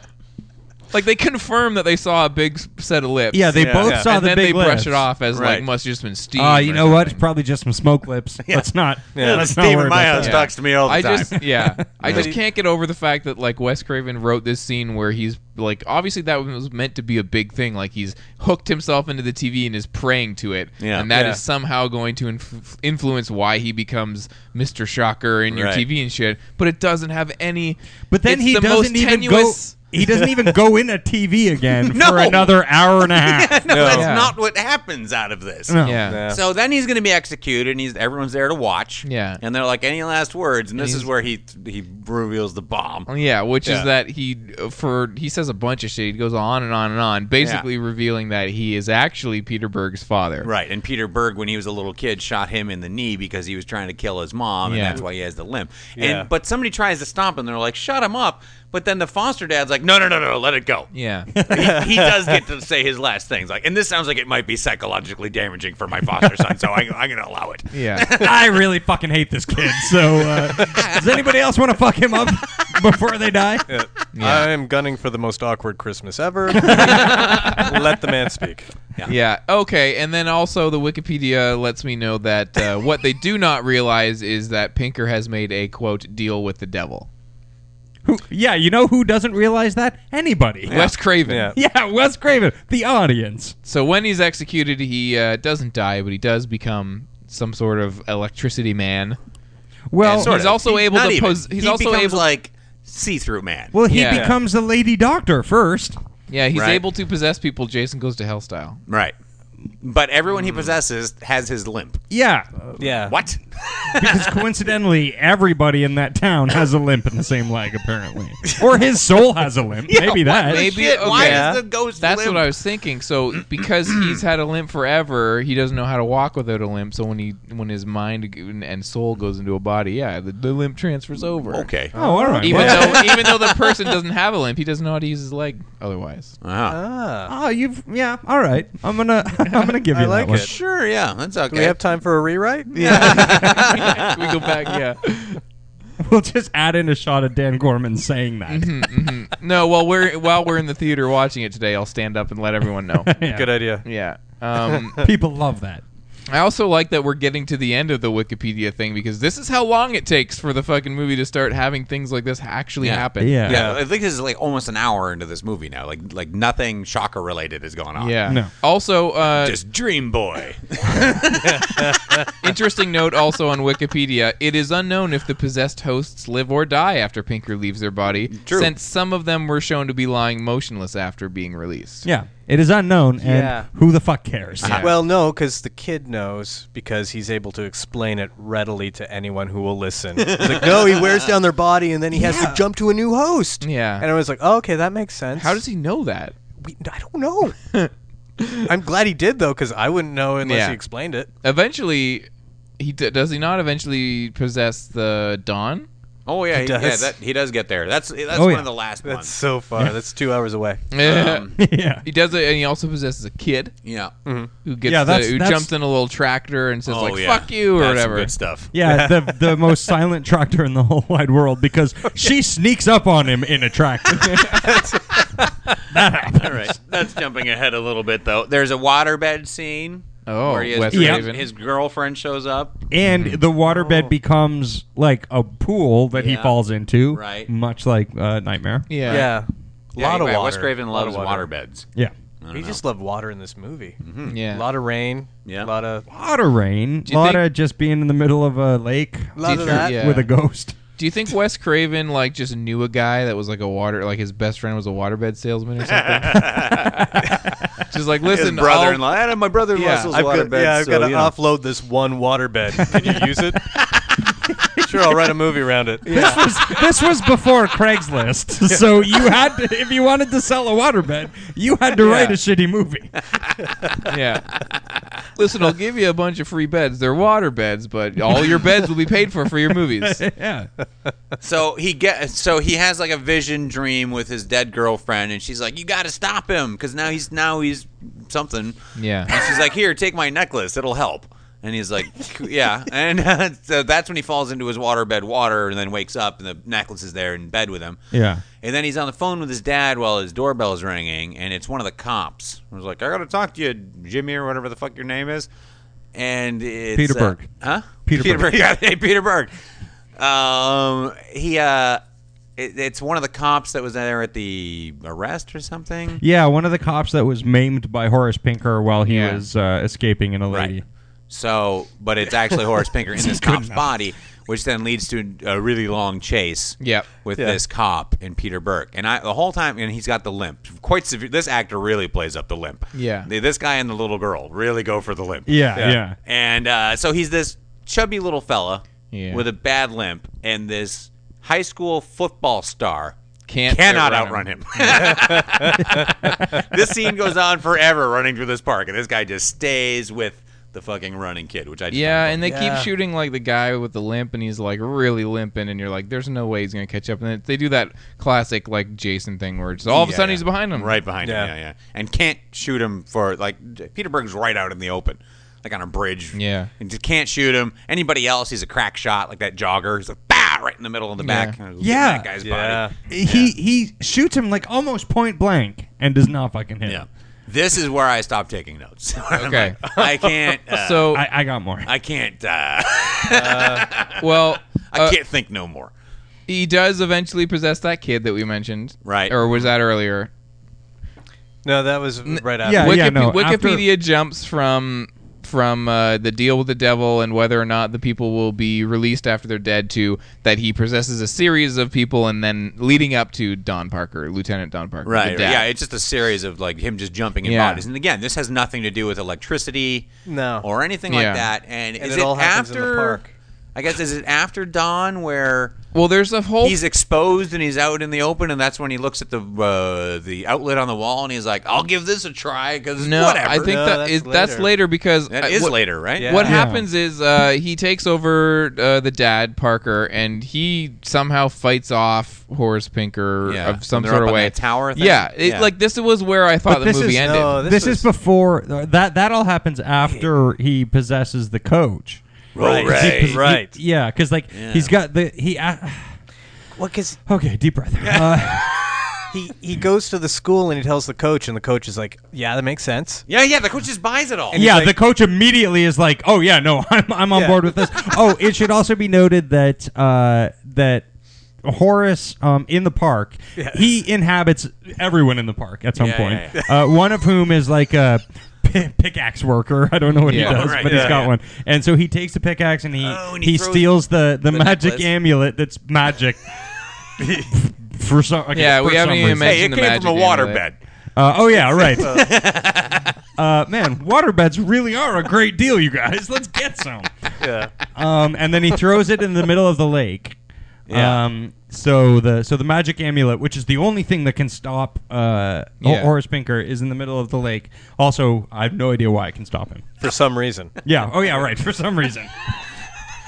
S6: Like they confirm that they saw a big s- set of lips.
S7: yeah, they
S5: Yeah.
S7: both
S8: Yeah.
S7: saw
S6: and
S7: the
S6: then
S7: big
S6: they brush
S7: lips.
S6: it off as like
S5: Right.
S6: must have just been steam.
S7: Uh,
S6: or
S7: you know what? It's
S6: something.
S7: probably just some smoke lips. Let's not.
S8: Yeah.
S7: let's
S8: That's
S7: not
S5: Steve
S7: worry
S5: in my
S7: about
S5: house
S7: that.
S5: talks to me all the
S6: I
S5: time.
S6: just yeah, I just
S8: Yeah.
S6: can't get over the fact that like Wes Craven wrote this scene where he's like obviously that was meant to be a big thing. Like he's hooked himself into the TV and is praying to it,
S5: Yeah.
S6: and that is
S8: Yeah.
S6: somehow going to inf- influence why he becomes Mister Shocker in your
S5: Right.
S6: TV and shit. But it doesn't have any.
S7: But then
S6: it's
S7: he
S6: the
S7: doesn't
S6: most
S7: even
S6: tenuous,
S7: go. He doesn't even go in a TV again
S5: No.
S7: for another hour and a half.
S5: no, that's
S6: Yeah.
S5: not what happens out of this.
S7: No.
S6: Yeah.
S8: Yeah.
S5: So then he's going to be executed, and he's everyone's there to watch.
S6: Yeah.
S5: And they're like, "Any last words?" And, this
S6: he's-
S5: is where he he reveals the bomb.
S6: Yeah, which
S8: Yeah.
S6: is that he uh, for he says a bunch of shit. He goes on and on and on, basically revealing that he is actually Peter Berg's father.
S5: Right, and Peter Berg, when he was a little kid, shot him in the knee because he was trying to kill his mom,
S6: Yeah.
S5: and that's why he has the limp.
S8: Yeah.
S5: And but somebody tries to stop him, they're like, "Shut him up!" But then the foster dad's like, no, no, no, no, let it go.
S6: Yeah.
S5: he, he does get to say his last things. Like, and this sounds like it might be psychologically damaging for my foster son, so I, I'm going to allow it.
S6: Yeah.
S7: I really fucking hate this kid. So, uh, does anybody else want to fuck him up before they die?
S6: Yeah.
S8: I am gunning for the most awkward Christmas ever. Let the man speak.
S6: Yeah. Okay. And then also the Wikipedia lets me know that uh, what they do not realize is that Pinker has made a quote deal with the devil.
S7: Who, yeah, you know who doesn't realize that? Anybody.
S6: Wes Craven.
S8: Yeah.
S7: Yeah, Wes Craven, the audience.
S6: So when he's executed, he uh, doesn't die, but he does become some sort of electricity man.
S7: Well,
S6: And Sort he's of. also able
S5: Not
S6: to
S5: even.
S6: pose- he's
S5: he
S6: also
S5: becomes
S6: able-
S5: like see-through man.
S7: well, he
S6: Yeah.
S7: becomes the lady doctor first.
S6: Yeah, he's
S5: Right.
S6: able to possess people. Jason goes to hell style.
S5: right. But everyone he
S6: Hmm.
S5: possesses has his limp.
S7: Yeah,
S8: Yeah.
S5: What?
S7: because coincidentally, everybody in that town has a limp in the same leg, apparently, or his soul has a limp. maybe that.
S6: Maybe-
S5: Shit, why
S6: okay.
S5: is the ghost
S6: That's
S5: limp?
S6: what I was thinking. So because he's had a limp forever, he doesn't know how to walk without a limp. So when he when his mind and soul goes into a body, yeah, the, the limp transfers over.
S5: Okay.
S7: Oh, all right.
S6: Even
S7: Well,
S6: though even though the person doesn't have a limp, he doesn't know how to use his leg otherwise.
S5: Wow.
S7: oh, you've yeah. All right. I'm gonna I'm gonna give you
S8: I like
S7: that one.
S8: it.
S5: sure, yeah, that's okay.
S8: Do we have time for a rewrite? Yeah.
S6: we go back, yeah.
S7: We'll just add in a shot of Dan Gorman saying that.
S8: Mm-hmm.
S6: No, while we're while we're in the theater watching it today, I'll stand up and let everyone know.
S7: Yeah.
S8: Good idea.
S6: Yeah. Um,
S7: People love that.
S6: I also like that we're getting to the end of the Wikipedia thing because this is how long it takes for the fucking movie to start having things like this actually
S5: Yeah.
S6: happen.
S7: Yeah.
S5: yeah, I think this is like almost an hour into this movie now. Like, like nothing shocker related has gone on.
S6: Yeah.
S7: No.
S6: Also, uh,
S5: just Dream Boy.
S6: interesting note also on Wikipedia it is unknown if the possessed hosts live or die after Pinker leaves their body,
S5: True.
S6: since some of them were shown to be lying motionless after being released.
S7: Yeah, it is unknown, and
S8: Yeah.
S7: who the fuck cares?
S8: Well, no, because the kid knows because he's able to explain it readily to anyone who will listen. He's like, no, he wears down their body and then he has to jump to a new host.
S6: Yeah.
S8: And I was like, oh, okay, that makes sense.
S6: How does he know that?
S8: We, I don't know. I'm glad he did though, because I wouldn't know unless
S6: Yeah.
S8: he explained it.
S6: Eventually, he d- does he not eventually possess the dawn?
S5: Oh yeah, he,
S8: does.
S5: yeah, that, he does get there. That's that's
S7: Oh,
S5: one
S7: yeah.
S5: of the last
S8: That's
S5: ones.
S8: so far. That's two hours away.
S6: Um,
S7: yeah.
S6: he does it, and he also possesses a kid
S5: Yeah,
S6: who gets
S7: Yeah,
S6: the-
S7: that's-
S6: who
S7: that's-
S6: jumps in a little tractor and says
S5: Oh,
S6: like
S5: yeah.
S6: "fuck you" or
S5: That's some
S6: whatever.
S5: good stuff.
S7: Yeah, the the most silent tractor in the whole wide world because she sneaks up on him in a tractor.
S5: All right, that's jumping ahead a little bit though. There's a waterbed scene.
S6: Oh,
S5: where he has
S6: Wes
S5: dreams.
S6: Craven.
S5: his girlfriend shows up.
S7: and the waterbed becomes like a pool that he
S5: Oh. Yeah.
S7: falls into,
S5: Right.
S7: much like uh, Nightmare.
S6: Yeah.
S8: yeah. A lot
S5: anyway,
S8: of water.
S5: Wes Craven
S8: Lot
S5: loves
S8: of
S5: waterbeds.
S7: Yeah.
S8: He just loved water in this movie.
S6: Yeah.
S8: A lot of rain.
S5: Mm-hmm. Yeah.
S8: A lot of.
S7: A lot of rain, a
S6: you
S7: lot
S6: think-
S7: of just being in the middle of a lake
S8: lot
S6: Teacher,
S8: of that.
S6: yeah.
S7: with a ghost.
S6: Do you think Wes Craven like just knew a guy that was like a water like his best friend was a waterbed salesman or something? just like
S5: His
S6: listen, I'll,
S5: brother-in-law. Adam, my brother-in-law
S6: Yeah,
S5: sells
S6: I've
S8: got,
S5: waterbeds.
S8: yeah, I've
S5: so,
S8: got to
S5: you know.
S8: offload this one waterbed. Can you use it? sure, I'll write a movie around it.
S7: This was this was before Craigslist, so you had to, if you wanted to sell a waterbed, you had to write a
S6: Yeah.
S7: shitty movie.
S6: yeah. Listen, I'll give you a bunch of free beds. They're water beds, but all your beds will be paid for for your movies.
S7: Yeah,
S5: So he get so he has like a vision dream with his dead girlfriend, and she's like, "You got to stop him because now he's now he's something."
S6: Yeah.
S5: And she's like, "Here, take my necklace; it'll help." And he's like, "Yeah." And uh, so that's when he falls into his waterbed water, and then wakes up, and the necklace is there in bed with him.
S7: yeah.
S5: And then he's on the phone with his dad while his doorbell is ringing, and it's one of the cops. I was like, "I got to talk to you, Jimmy, or whatever the fuck your name is." And it's,
S7: Peter
S5: uh,
S7: Berg.
S5: huh?
S7: Peter Berg.
S5: Yeah, hey, Peter Berg. Um, he uh, it, it's one of the cops that was there at the arrest or something.
S7: Yeah, one of the cops that was maimed by Horace Pinker while he
S6: Yeah.
S7: was uh, escaping in a lady.
S5: So, but it's actually Horace Pinker in this cop's body, which then leads to a really long chase.
S6: Yep.
S5: With
S8: Yeah.
S5: this cop and Peter Burke, and I the whole time, and he's got the limp, quite severe. This actor really plays up the limp.
S6: Yeah.
S5: Th- this guy and the little girl really go for the limp.
S7: Yeah, yeah.
S5: And uh, so he's this chubby little fella
S6: Yeah.
S5: with a bad limp, and this high school football star
S6: Can't
S5: cannot outrun
S6: outrun
S5: him. this scene goes on forever running through this park, and this guy just stays with the fucking running kid, which I just
S6: Yeah, and they
S8: Yeah.
S6: keep shooting like the guy with the limp, and he's like really limping, and you're like, "There's no way he's gonna catch up." And then they do that classic like Jason thing where it's all of a
S5: Yeah,
S6: sudden
S5: yeah.
S6: he's behind him.
S5: right behind him.
S8: Yeah.
S5: Yeah, yeah, and can't shoot him for like Peter Berg's right out in the open, like on a bridge.
S6: Yeah.
S5: and just can't shoot him. Anybody else, he's a crack shot like that jogger. He's like bah, right in the middle of the back.
S6: Yeah.
S5: And
S7: Yeah.
S5: that guy's
S8: Yeah.
S5: body.
S7: He he shoots him like almost point blank and does not fucking hit.
S5: Yeah,
S7: him.
S5: this is where I stopped taking notes. I'm
S6: Okay.
S5: like, I can't. Uh, so
S6: So
S7: I, I got more.
S5: I can't. Uh,
S6: well,
S5: I
S6: uh,
S5: can't think no more.
S6: he does eventually possess that kid that we mentioned.
S5: Right.
S6: Or was that earlier?
S8: No, that was right after.
S7: Uh, Yeah,
S6: Wikipe-
S7: no, after-
S6: Wikipedia jumps from from uh, the deal with the devil and whether or not the people will be released after they're dead to that he possesses a series of people and then leading up to Don Parker, Lieutenant Don Parker. the
S5: Right.
S6: dad.
S5: Yeah, it's just a series of like him just jumping in
S6: Yeah.
S5: bodies. And again, this has nothing to do with electricity
S8: No.
S5: or anything
S6: Yeah.
S5: like that. And,
S8: And
S5: is
S8: it
S5: it,
S8: all happens in
S5: after
S8: the park.
S5: I guess is it after dawn where
S6: Well, there's a whole
S5: he's exposed and he's out in the open and that's when he looks at the uh, the outlet on the wall and he's like, "I'll give this a try cuz
S6: no.
S5: whatever."
S6: I think
S8: No,
S6: that
S8: that's
S6: is that's
S8: later.
S6: later because
S5: that
S6: I-
S5: is
S6: what-
S5: later, right?
S8: Yeah.
S6: What happens is uh, he takes over uh, the dad Parker, and he somehow fights off Horace Pinker
S5: Yeah,
S6: of
S5: when
S6: some
S5: they're
S6: sort
S5: up on
S6: of way.
S5: that tower thing?
S6: Yeah, it,
S5: Yeah.
S6: like this was where I thought
S7: But
S6: the
S7: this
S6: movie
S7: is- uh,
S6: ended.
S8: No,
S7: this
S8: was-
S7: is before uh, that. That all happens after he possesses the coach.
S8: Right.
S5: Right.
S8: Right.
S5: He-
S8: right.
S7: Yeah, because like he's got the he. Uh,
S8: Well, because
S7: okay, deep breath. Uh,
S8: he, he goes to the school and he tells the coach, and the coach is like, yeah, that makes sense.
S5: Yeah, yeah, the coach just buys it all.
S7: yeah,
S8: like-
S7: the coach immediately is like, "Oh yeah, no, I'm I'm on
S8: Yeah.
S7: board with this." oh, it should also be noted that uh, that Horace um, in the park, he inhabits everyone in the park at some
S5: Yeah,
S7: point.
S5: yeah,
S7: Uh, one of whom is like a pi- pickaxe worker. I don't know what
S6: Yeah.
S7: he does,
S5: Right,
S7: but
S5: yeah,
S7: he's got
S5: yeah.
S7: one. And so he takes the pickaxe and he
S5: Oh, and
S7: he,
S5: he throws
S7: steals the the, magic
S5: necklace.
S7: amulet that's magic. For some, okay,
S6: Yeah, we
S7: for
S6: haven't
S7: some
S6: even
S7: reason.
S5: Hey, it
S6: mentioned the
S5: came from a
S6: magic
S5: waterbed.
S6: amulet.
S7: Uh, oh yeah, right. uh, man, waterbeds really are a great deal, you guys. Let's get some.
S8: Yeah.
S7: Um, and then he throws it in the middle of the lake.
S5: Yeah.
S7: Um, so the so the magic amulet, which is the only thing that can stop uh,
S6: Yeah.
S7: Horace Pinker, is in the middle of the lake. Also, I have no idea why it can stop him.
S8: For some reason.
S7: Yeah. Oh yeah, right. For some reason,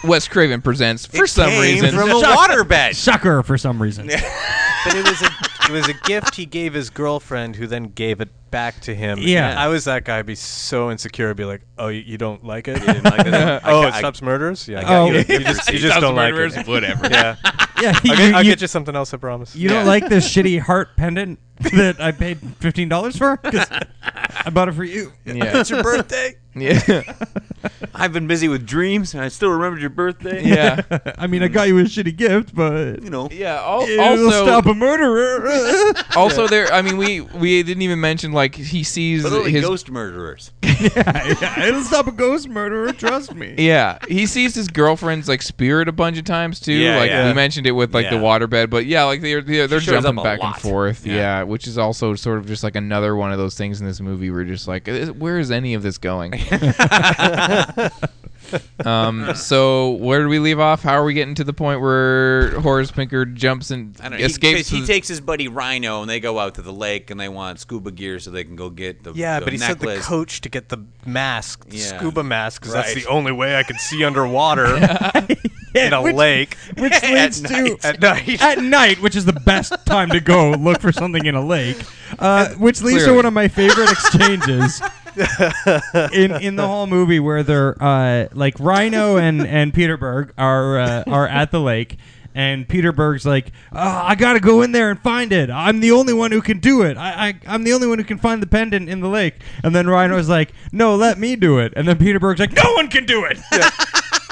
S6: Wes Craven presents for some
S5: Came
S6: reason.
S5: from a waterbed.
S7: sucker. For some reason.
S8: but it was a it was a gift he gave his girlfriend, who then gave it back to him.
S7: Yeah.
S8: And I was that guy. I'd be so insecure. I'd be like, "Oh, you, you don't like it?
S5: Oh,
S8: oh, it stops murders? Yeah.
S7: got
S8: you,
S7: you.
S8: you just you just don't like Oh. it.
S5: Whatever.
S8: Yeah.
S7: Yeah.
S8: I'll
S7: you-
S8: get, I'll
S7: you-
S8: get you something else. I promise.
S7: You don't like this shitty heart pendant that I paid fifteen dollars for? 'Cause I bought it for you.
S6: Yeah.
S5: It's your birthday.
S6: yeah,
S5: I've been busy with dreams and I still remembered your birthday.
S6: yeah,
S7: I mean, I got you a shitty gift, but
S5: You know.
S6: yeah. al-
S7: it'll
S6: also,
S7: stop a murderer.
S6: also there. I mean, we we didn't even mention like he sees
S5: Literally
S6: his
S5: ghost murderers.
S7: yeah, it'll stop a ghost murderer. Trust me.
S6: Yeah, he sees his girlfriend's like spirit a bunch of times too.
S5: Yeah,
S6: like
S5: yeah.
S6: we mentioned it with like the
S5: Yeah.
S6: waterbed, but yeah, like they're they're, they're
S5: She shows
S6: jumping
S5: up a
S6: back
S5: lot.
S6: and forth.
S5: Yeah.
S6: Yeah. which is also sort of just like another one of those things in this movie where you're just like, "Eh, where is any of this going? um, so where do we leave off? How are we getting to the point where Horace Pinker jumps and
S5: I don't know.
S6: escapes?
S5: He, he
S6: the-
S5: takes his buddy Rhino, and they go out to the lake, and they want scuba gear so they can go get the
S8: Yeah,
S5: the
S8: but he
S5: necklace.
S8: said the coach to get the mask, the
S5: Yeah.
S8: scuba mask, 'cause
S5: Right.
S8: that's the only way I could see underwater in a lake
S7: Which leads to
S8: at night.
S7: at night, which is the best time to go look for something in a lake. Uh, which leads to
S6: Clearly.
S7: one of my favorite exchanges in in the whole movie, where they're uh, like Rhino and and Peterberg are uh, are at the lake. And Peterberg's like, oh, I gotta go in there and find it. I'm the only one who can do it. I, I, I'm the only one who can find the pendant in the lake. And then Rhino's like, No, let me do it. And then Peterberg's like, No one can do it.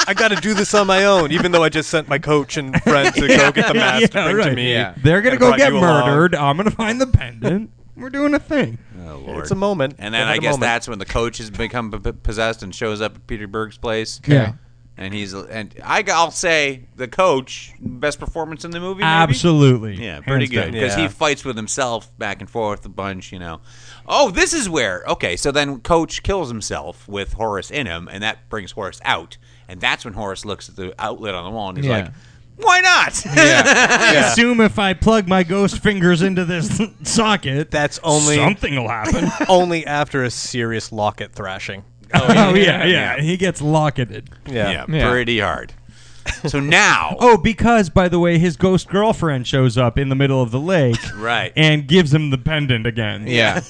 S8: I got to do this on my own, even though I just sent my coach and friend to go get the mask to
S7: Yeah,
S8: bring to
S7: right.
S8: me.
S6: Yeah.
S7: They're gonna
S8: And
S7: go
S8: brought
S7: get
S8: you along.
S7: murdered. I'm gonna find the pendant. We're doing a thing.
S5: Oh, Lord.
S8: It's a moment.
S5: And then
S8: They had
S5: I
S8: a
S5: guess
S8: moment.
S5: that's when the coach has become p- p- possessed and shows up at Peter Berg's place.
S7: Yeah.
S5: And he's and I, will say the coach best performance in the movie. maybe?
S7: Absolutely.
S5: Yeah, pretty
S7: Hands
S5: good
S7: down.
S5: because he
S8: Yeah.
S5: fights with himself back and forth a bunch, you know. Oh, this is where okay. So then Coach kills himself with Horace in him, and that brings Horace out, and that's when Horace looks at the outlet on the wall and he's
S6: Yeah.
S5: like, "Why not?"
S6: yeah.
S7: I assume if I plug my ghost fingers into this socket,
S8: That's only-
S7: something will happen.
S8: only after a serious locket thrashing.
S7: Oh yeah, yeah. He gets locketed.
S5: Yeah,
S6: Yeah.
S5: pretty hard. So now,
S7: Oh, because by the way, his ghost girlfriend shows up in the middle of the lake
S5: right?
S7: and gives him the pendant again.
S6: Yeah.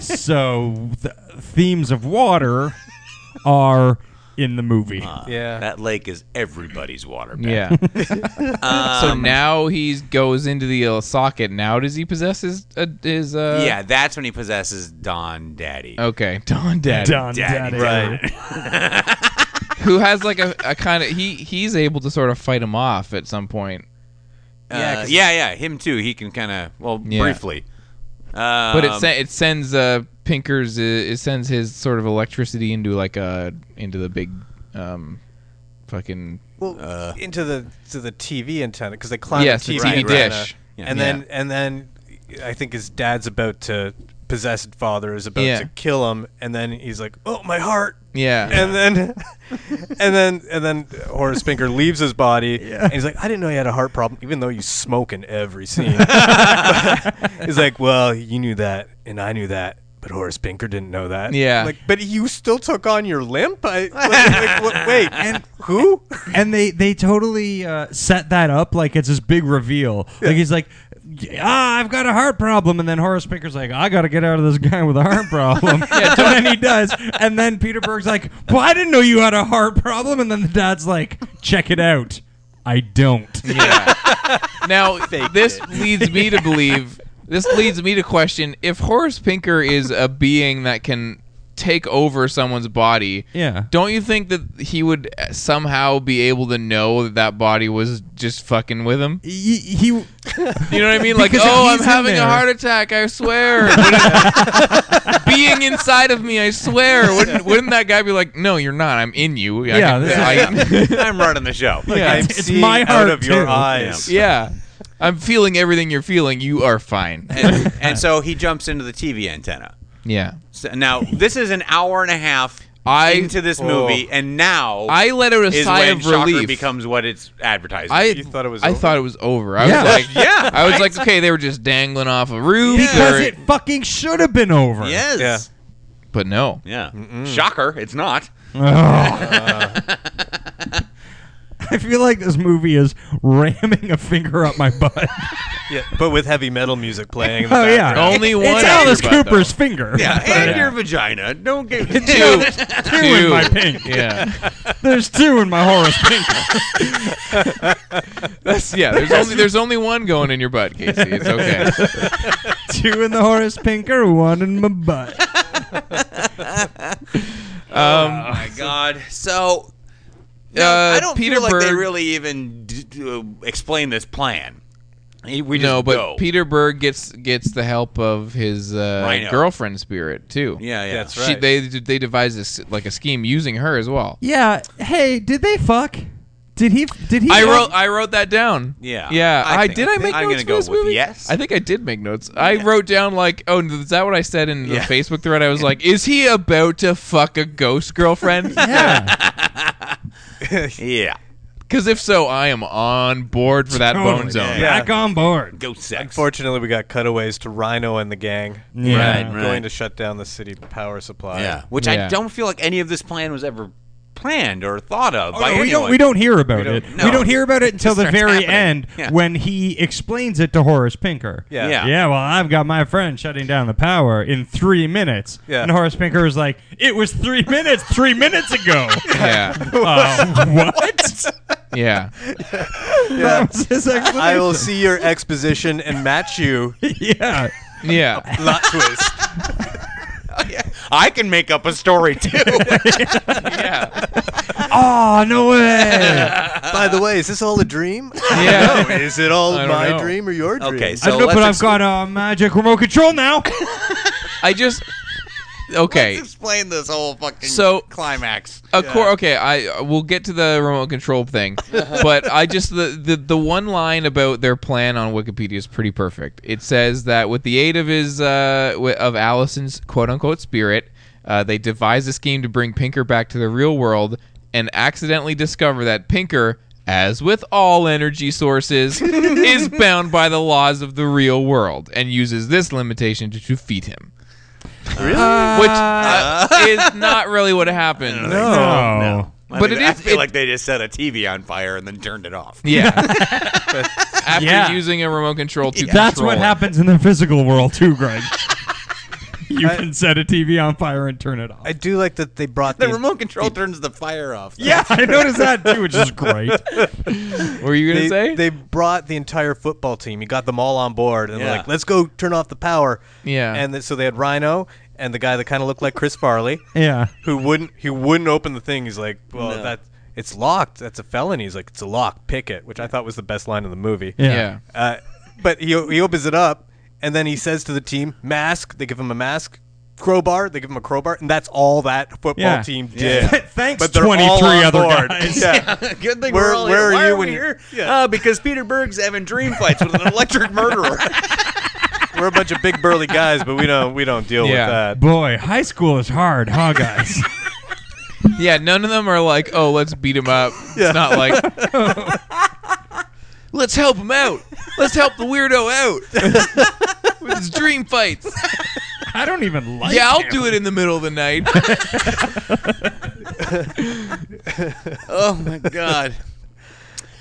S7: So the themes of water are in the movie.
S8: Yeah.
S5: that lake is everybody's water. Bag.
S6: Yeah.
S5: Um,
S6: so now he goes into the uh, socket. Now does he possess his uh, his? Uh,
S5: yeah, that's when he possesses Don Daddy.
S6: Okay, Don Daddy,
S7: Don Daddy.
S8: Right.
S6: who has like a, a kind of he he's able to sort of fight him off at some point,
S5: yeah, Uh, yeah, yeah, him too. He can kind of well
S6: Yeah.
S5: briefly. Um,
S6: but it sen- it sends uh Pinker's uh, it sends his sort of electricity into like a into the big um fucking
S8: Well, into the to the TV antenna because they climb
S6: Yes,
S8: the
S6: the
S8: TV,
S6: TV
S8: antenna,
S6: dish.
S5: Yeah.
S8: and then and then I think his dad's about to possessed father is about
S6: Yeah.
S8: to kill him, and then he's like, "Oh, my heart."
S6: yeah
S8: And then, and then, and then Horace Pinker leaves his body, and he's like, "I didn't know you had a heart problem, even though you smoke in every scene." he's like, "Well, you knew that, and I knew that, but Horace Pinker didn't know that."
S6: Yeah.
S8: like, but you still took on your limp. I, like, like, what- wait, and who?
S7: and they they totally uh, set that up like it's this big reveal. Like he's like, ah, I've got a heart problem, and then Horace Picker's like, I got to get out of this guy with a heart problem. and then he does, and then Peter Berg's like, Well, I didn't know you had a heart problem, and then the dad's like, Check it out, I don't.
S6: Yeah. now this leads me to believe this leads me to question if Horace Pinker is a being that can take over someone's body.
S7: Yeah.
S6: Don't you think that he would somehow be able to know that that body was just fucking with him?
S7: He, he
S6: You know what I mean? Like,
S7: Because
S6: oh,
S7: he's
S6: I'm
S7: in
S6: having
S7: there."
S6: a heart attack. I swear. being inside of me, I swear. Wouldn't, wouldn't that guy be like, no, you're not. I'm in you. I
S7: Yeah,
S6: can-
S7: this is-
S6: I-
S5: I'm running the show.
S6: Yeah.
S8: I'm
S7: It's- it's
S8: seeing
S7: my
S8: out
S7: heart,
S8: of your
S7: too.
S8: eyes.
S6: yeah. I'm feeling everything you're feeling. You are fine.
S5: and, and so he jumps into the TV antenna.
S6: Yeah.
S5: So now this is an hour and a half
S6: I- Oh.
S5: into this movie, and now
S6: I let out a
S5: is
S6: sigh
S5: when
S6: of
S5: Shocker
S6: relief.
S5: becomes what it's advertising.
S6: I
S8: You thought it was
S6: I
S8: over?
S6: thought it was over. I
S7: Yeah.
S6: was like,
S5: Yeah,
S6: I was like, okay, they were just dangling off a roof.
S7: because
S6: or-
S7: it fucking should have been over.
S5: yes,
S8: Yeah.
S6: but no.
S5: yeah. Shocker, it's not.
S7: I feel like this movie is ramming a finger up my butt.
S8: Yeah, but with heavy metal music playing. In the
S7: Oh yeah,
S8: background.
S6: Only
S7: it's
S6: one
S7: Alice
S6: after, though.
S7: Cooper's finger.
S5: Yeah,
S7: But-
S5: and your vagina. Don't get
S6: Two.
S7: Two in
S6: Two.
S7: my pink.
S6: Yeah.
S7: There's two in my Horace Pinker.
S6: That's yeah. There's only there's only one going in your butt, Casey. It's okay.
S7: two in the Horace Pinker, one in my butt.
S5: Oh my god. So no,
S6: Uh,
S5: I don't
S6: Peter
S5: feel like they
S6: Berg-
S5: really even d- d- uh, explain this plan. He- We just
S6: no, but
S5: go.
S6: Peter Berg gets gets the help of his uh,
S5: Rhino.
S6: girlfriend spirit too.
S5: Yeah, yeah.
S8: That's
S6: She,
S8: right.
S6: they they devised this like a scheme using her as well.
S7: Yeah. Hey, did they fuck? Did he? Did he?
S6: I
S7: fuck?
S6: wrote I wrote that down.
S5: Yeah.
S6: Yeah.
S5: I
S6: I,
S5: think-
S6: did
S5: I
S6: I
S5: think
S6: make
S5: I'm
S6: notes
S5: gonna
S6: for
S5: go
S6: this
S5: with
S6: movie?
S5: yes.
S6: I think I did make notes. I wrote down like, oh, is that what I said in the
S5: Yeah.
S6: Facebook thread? I was like, is he about to fuck a ghost girlfriend?
S7: Yeah.
S5: yeah.
S6: Because if so, I am on board for that bone zone.
S8: Yeah.
S7: Back on board.
S5: Go sex.
S8: Fortunately, we got cutaways to Rhino and the gang.
S7: Yeah.
S5: Right.
S8: Going to shut down the city power supply.
S5: Yeah. Which I
S6: Yeah.
S5: don't feel like any of this plan was ever planned or thought of by
S7: Oh,
S5: anyone.
S7: we don't. We don't hear about
S8: don't-
S7: it.
S5: no.
S7: We don't hear about it until the
S5: starts
S7: very
S5: happening.
S7: end
S5: Yeah.
S7: when he explains it to Horace Pinker.
S8: Yeah.
S5: Yeah.
S7: Yeah. Well, I've got my friend shutting down the power in three minutes.
S8: Yeah.
S7: And Horace Pinker was like, "It was three minutes. Three minutes ago."
S6: Yeah.
S7: Uh, what?
S6: Yeah.
S8: Yeah.
S7: That's his explanation.
S8: I will see your exposition and match you.
S7: yeah.
S6: Yeah.
S8: Plot twist.
S5: I can make up a story too.
S6: Yeah.
S7: Oh no way.
S8: By the way, is this all a dream?
S6: Yeah.
S8: No, is it all
S6: I don't
S8: my
S6: know.
S8: dream or your dream?
S5: Okay,
S7: I
S5: so
S7: don't know,
S5: let's
S7: but I've
S5: ex-
S7: got a magic remote control now.
S6: I just. Okay.
S5: explain this whole fucking
S6: So-
S5: climax.
S6: Of course, okay. I we'll get to the remote control thing, but I just the, the the one line about their plan on Wikipedia is pretty perfect. It says that with the aid of his uh, wi- of Allison's quote unquote spirit, uh, they devise a scheme to bring Pinker back to the real world, and accidentally discover that Pinker. As with all energy sources, is bound by the laws of the real world and uses this limitation to defeat him.
S8: Really?
S6: which uh, is not really what happened.
S5: No.
S7: No.
S5: I
S6: But
S5: think-
S6: it
S5: I
S6: is-
S5: feel
S6: it-
S5: like they just set a TV on fire and then turned it off.
S6: Yeah. After
S7: Yeah.
S6: using a remote control to
S7: That's
S6: control
S7: what
S6: it.
S7: happens in the physical world too, Greg. you
S8: I-
S7: can set a TV on fire and turn it off.
S8: I do like that they brought
S5: The
S8: these-
S5: remote control turns the fire off. though.
S7: yeah, I noticed that too, which is great.
S6: What were you gonna
S8: they,
S6: say?
S8: they brought the entire football team. You got them all on board, and
S5: Yeah.
S8: they're like, "Let's go turn off the power."
S6: Yeah.
S8: And th- so they had Rhino and the guy that kind of looked like Chris Farley,
S7: Yeah.
S8: who wouldn't he wouldn't open the thing. He's like, "Well, that it's locked. That's a felony." He's like, "It's a lock. Pick it," which I thought was the best line of the movie.
S7: Yeah.
S6: yeah.
S8: Uh, but he he opens it up, and then he says to the team, "Mask." They give him a mask. Crowbar. They give him a crowbar, and that's all that football
S7: Yeah.
S8: team did.
S7: Thanks,
S8: But they're all
S7: 23
S8: on
S7: other
S8: board.
S7: guys.
S8: Yeah.
S5: Good thing
S8: Where-
S5: we're all here.
S8: where are
S5: Why
S8: you
S5: we
S8: when you-
S5: here?
S8: Yeah.
S5: Uh, because Peter Berg's having dream fights with an electric murderer.
S8: We're a bunch of big burly guys, but we don't we don't deal
S6: Yeah.
S8: with that.
S7: Boy, high school is hard, huh, guys?
S6: Yeah, none of them are like, oh, let's beat him up. It's not like, let's help him out. Let's help the weirdo out with his dream fights.
S7: I don't even like
S6: Yeah, I'll do it in the middle of the night.
S5: oh my god.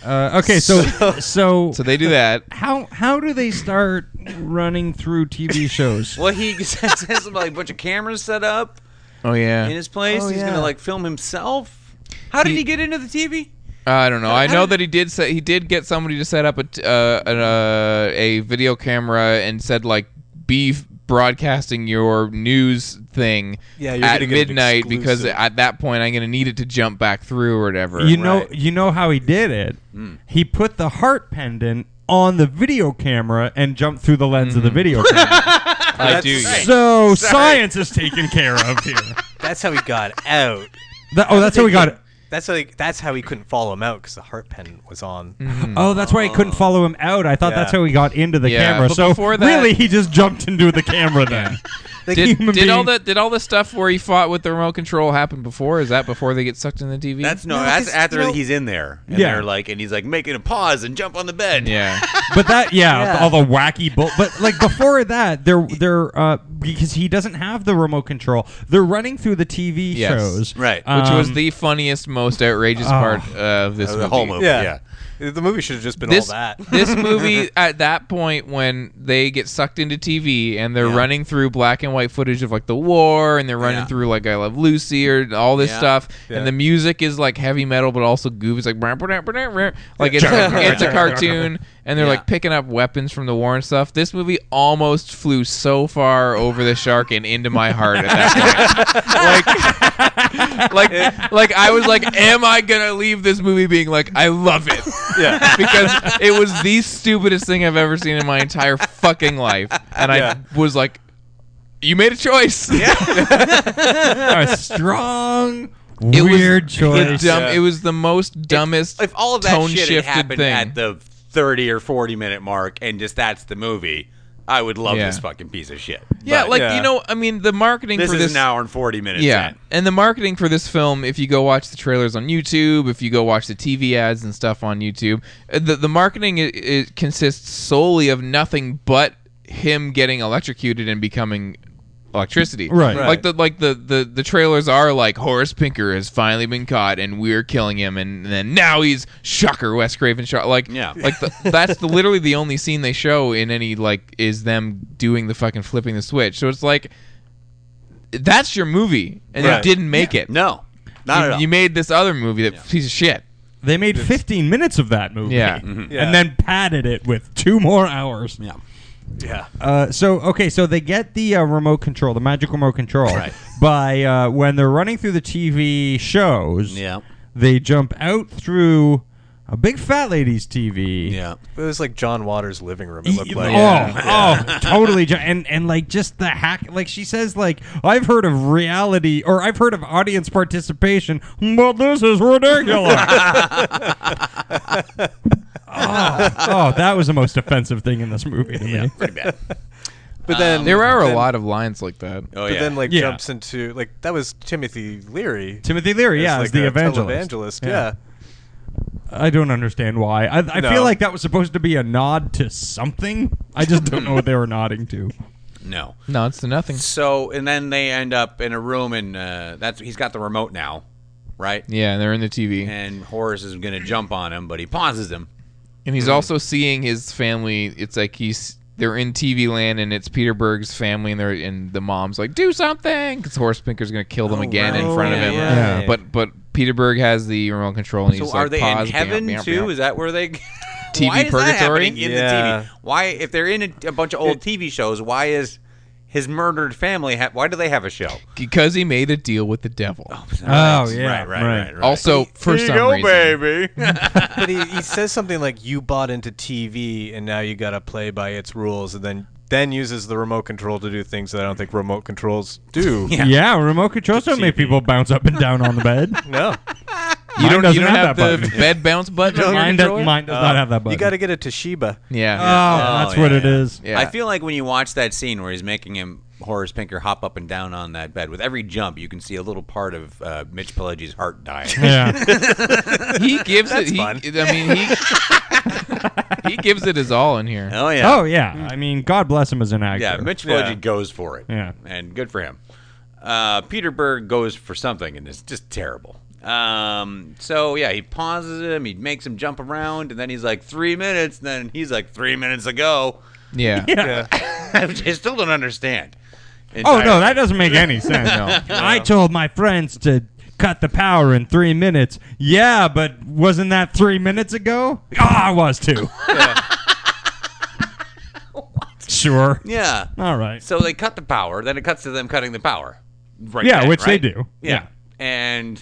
S7: Uh, okay, so so,
S6: So they do that.
S7: how how do they start running through TV shows?
S5: Well, he says has like a bunch of cameras set up
S6: Oh yeah.
S5: in his place.
S8: Oh,
S5: He's
S8: yeah.
S5: gonna like film himself. How did he,
S6: He-
S5: get into the TV?
S6: I don't know. I
S5: how
S6: know
S5: did-
S6: that he did set, he did get somebody to set up a t- uh, an, uh, a video camera and said like be f- broadcasting your news thing
S8: Yeah, you're
S6: at
S8: gonna get an
S6: midnight because
S8: exclusive.
S6: at that point I'm going to need it to jump back through or whatever.
S7: You know you know how he did it.
S6: Hmm.
S7: He put the heart pendant on the video camera and jumped through the lens
S6: Mm-hmm.
S7: of the video camera.
S6: I do. yeah.
S7: so science is taken care of here.
S8: That's how he got out.
S7: That- oh, that's how we got it.
S8: That's how he, that's how he couldn't follow him out because the heart pendant was on.
S7: Oh, that's why he couldn't follow him out. I thought
S8: Yeah.
S7: that's how he got into the
S6: Yeah,
S7: camera.
S6: but
S7: So
S6: before that-
S7: really, he just jumped into the camera then. The
S6: Did,
S7: human
S6: did all
S7: being-
S6: the did all the stuff where he fought with the remote control happen before? Is that before they get sucked in the TV?
S5: That's no. that's
S8: 'cause,
S5: after
S8: you know-
S5: he's in there. And
S7: Yeah.
S5: They're like, and he's like making a pause and jump on the bed.
S6: yeah.
S7: But that, yeah,
S8: Yeah.
S7: all the wacky bull. But like before that, they're they're uh, because he doesn't have the remote control. They're running through the TV
S6: Yes.
S7: shows,
S5: Right. Which
S6: Which was
S7: Um,
S6: the funniest, most outrageous part of this
S5: oh. The
S6: movie.
S5: whole movie. Yeah.
S8: Yeah. The movie should have just been
S6: This
S8: all that.
S6: this movie at that point when they get sucked into TV and they're running through black and white footage of like the war and they're running
S5: Yeah.
S6: through like I Love Lucy or all this
S5: Yeah.
S6: stuff
S8: Yeah.
S6: and the music is like heavy metal but also goofy. It's like brr, brr, brr, brr, brr. like it's a, it's a cartoon and they're like picking up weapons from the war and stuff. This movie almost flew so far over the shark and into my heart at that point like like I was like, am I gonna leave this movie being like, I love it?
S8: Yeah.
S6: because it was the stupidest thing I've ever seen in my entire fucking life, and I
S8: Yeah.
S6: was like, you made a choice. Yeah,
S7: a strong
S6: it was
S7: weird
S6: the
S7: choice.
S6: dumb-
S8: Yeah.
S6: It was the most dumbest.
S5: If all of that
S6: tone
S5: shit had
S6: shifted
S5: happened
S6: thing.
S5: at the 30 or 40 minute mark, and just that's the movie, I would love
S6: Yeah.
S5: this fucking piece of shit.
S6: yeah,
S5: But
S6: like
S8: Yeah.
S6: you know, I mean, the marketing
S5: this
S6: for
S5: is
S6: this
S5: an hour and 40 minutes.
S6: Yeah,
S5: in.
S6: and the marketing for this film, if you go watch the trailers on YouTube, if you go watch the TV ads and stuff on YouTube, uh, the the marketing i it consists solely of nothing but him getting electrocuted and becoming electricity.
S7: Right.
S6: Like the like the, the the trailers are like Horace Pinker has finally been caught and we're killing him and, then now he's shocker Wes Craven shot like
S5: Yeah.
S6: like the, that's the, literally the only scene they show in any like is them doing the fucking flipping the switch. So it's like that's your movie, and
S8: Right.
S6: you didn't make it.
S5: No. Not
S6: you,
S5: at all.
S6: you made this other movie that piece of shit.
S7: They made 15 minutes of that movie,
S6: Yeah.
S8: Yeah.
S7: and then padded it with two more hours.
S5: yeah.
S8: Yeah.
S7: Uh, so okay, so they get the uh, remote control, the magic remote control,
S5: Right.
S7: by uh, when they're running through the TV shows.
S5: Yeah.
S7: they jump out through a big fat lady's TV.
S5: Yeah.
S8: It was like John Waters' living room. It
S7: E-
S8: looked
S7: Oh,
S8: like.
S7: oh, totally. ju- And and like just the hack. Like she says, like I've heard of reality, or I've heard of audience participation, but this is ridiculous. oh, oh, that was the most offensive thing in this movie to me.
S5: Pretty bad.
S8: But then
S6: There are a
S8: then-
S6: lot of lines like that.
S5: Oh,
S8: But
S5: yeah.
S8: then like
S7: Yeah.
S8: jumps into like that was Timothy Leary.
S7: Timothy Leary,
S8: as,
S7: yeah,
S8: like
S7: as the
S8: a
S7: evangelist.
S8: televangelist, Yeah.
S7: I don't understand why. I, I
S8: No.
S7: feel like that was supposed to be a nod to something. I just don't know what they were nodding to.
S5: No.
S6: No, it's the nothing.
S5: So and then they end up in a room and uh, that's he's got the remote now, right?
S6: Yeah, and they're in the TV.
S5: And Horace is gonna jump on him, but he pauses him.
S6: And he's also seeing his family. It's like he's they're in TV land, and it's Peter Berg's family, and they're and the mom's like, "Do something," because Horace Pinker's gonna kill them again in
S5: Oh, right.
S6: front of
S5: Yeah,
S6: him.
S5: yeah, yeah.
S6: But but Peter Berg has the remote control, and
S5: So
S6: he's
S5: are
S6: like,
S5: they
S6: "Pause."
S5: in
S6: bam,
S5: heaven
S6: bam,
S5: too?
S6: bam."
S5: Is that where they?
S6: TV
S5: why is That
S6: purgatory?
S5: happening in
S8: Yeah.
S5: the TV? Why, if they're in a, a bunch of old TV shows, why is his murdered family? Ha- why do they have a show?
S6: Because he made a deal with the devil.
S7: Oh, yeah,
S5: right, right,
S7: right.
S5: right. right.
S6: Also, for some reason,
S8: but he, he says something like you bought into TV and now you got to play by its rules and then then uses the remote control to do things that I don't think remote controls do.
S7: Yeah. remote controls don't make people bounce up and down on the bed.
S8: No.
S6: you
S7: Mine
S6: don't, you
S7: doesn't
S6: don't have,
S7: have that
S6: the
S7: button.
S6: bed bounce button. on your
S7: mine does,
S6: controller?
S7: mine does not have that button.
S8: You got to get a Toshiba.
S6: Yeah.
S7: Oh, that's
S5: yeah,
S7: what it
S5: yeah.
S7: is.
S6: Yeah.
S5: I feel like when you watch that scene where he's making him Horace Pinker hop up and down on that bed, with every jump you can see a little part of uh, Mitch Pileggi's heart dying.
S7: Yeah.
S5: Uh,
S6: he gives it. He,
S8: fun.
S6: I mean, he he gives it his all in here.
S5: oh yeah,
S7: oh yeah. I mean, God bless him as an actor.
S5: yeah. Mitch
S8: Yeah.
S5: Pileggi goes for it.
S7: Yeah.
S5: and good for him. Uh, Peter Berg goes for something, and it's just terrible. Um, so yeah, he pauses him, he makes him jump around, and then he's like three minutes, and then he's like three minutes ago.
S6: Yeah.
S5: I still don't understand.
S7: Oh no,
S5: entirely.
S7: that doesn't make any sense. I told my friends to cut the power in three minutes. Yeah, but wasn't that three minutes ago? Ah, I was too. Sure.
S5: yeah.
S7: All right.
S5: So they cut the power, then it cuts to them cutting the power. Right
S7: yeah,
S5: then,
S7: which
S5: right?
S7: they do.
S5: Yeah. And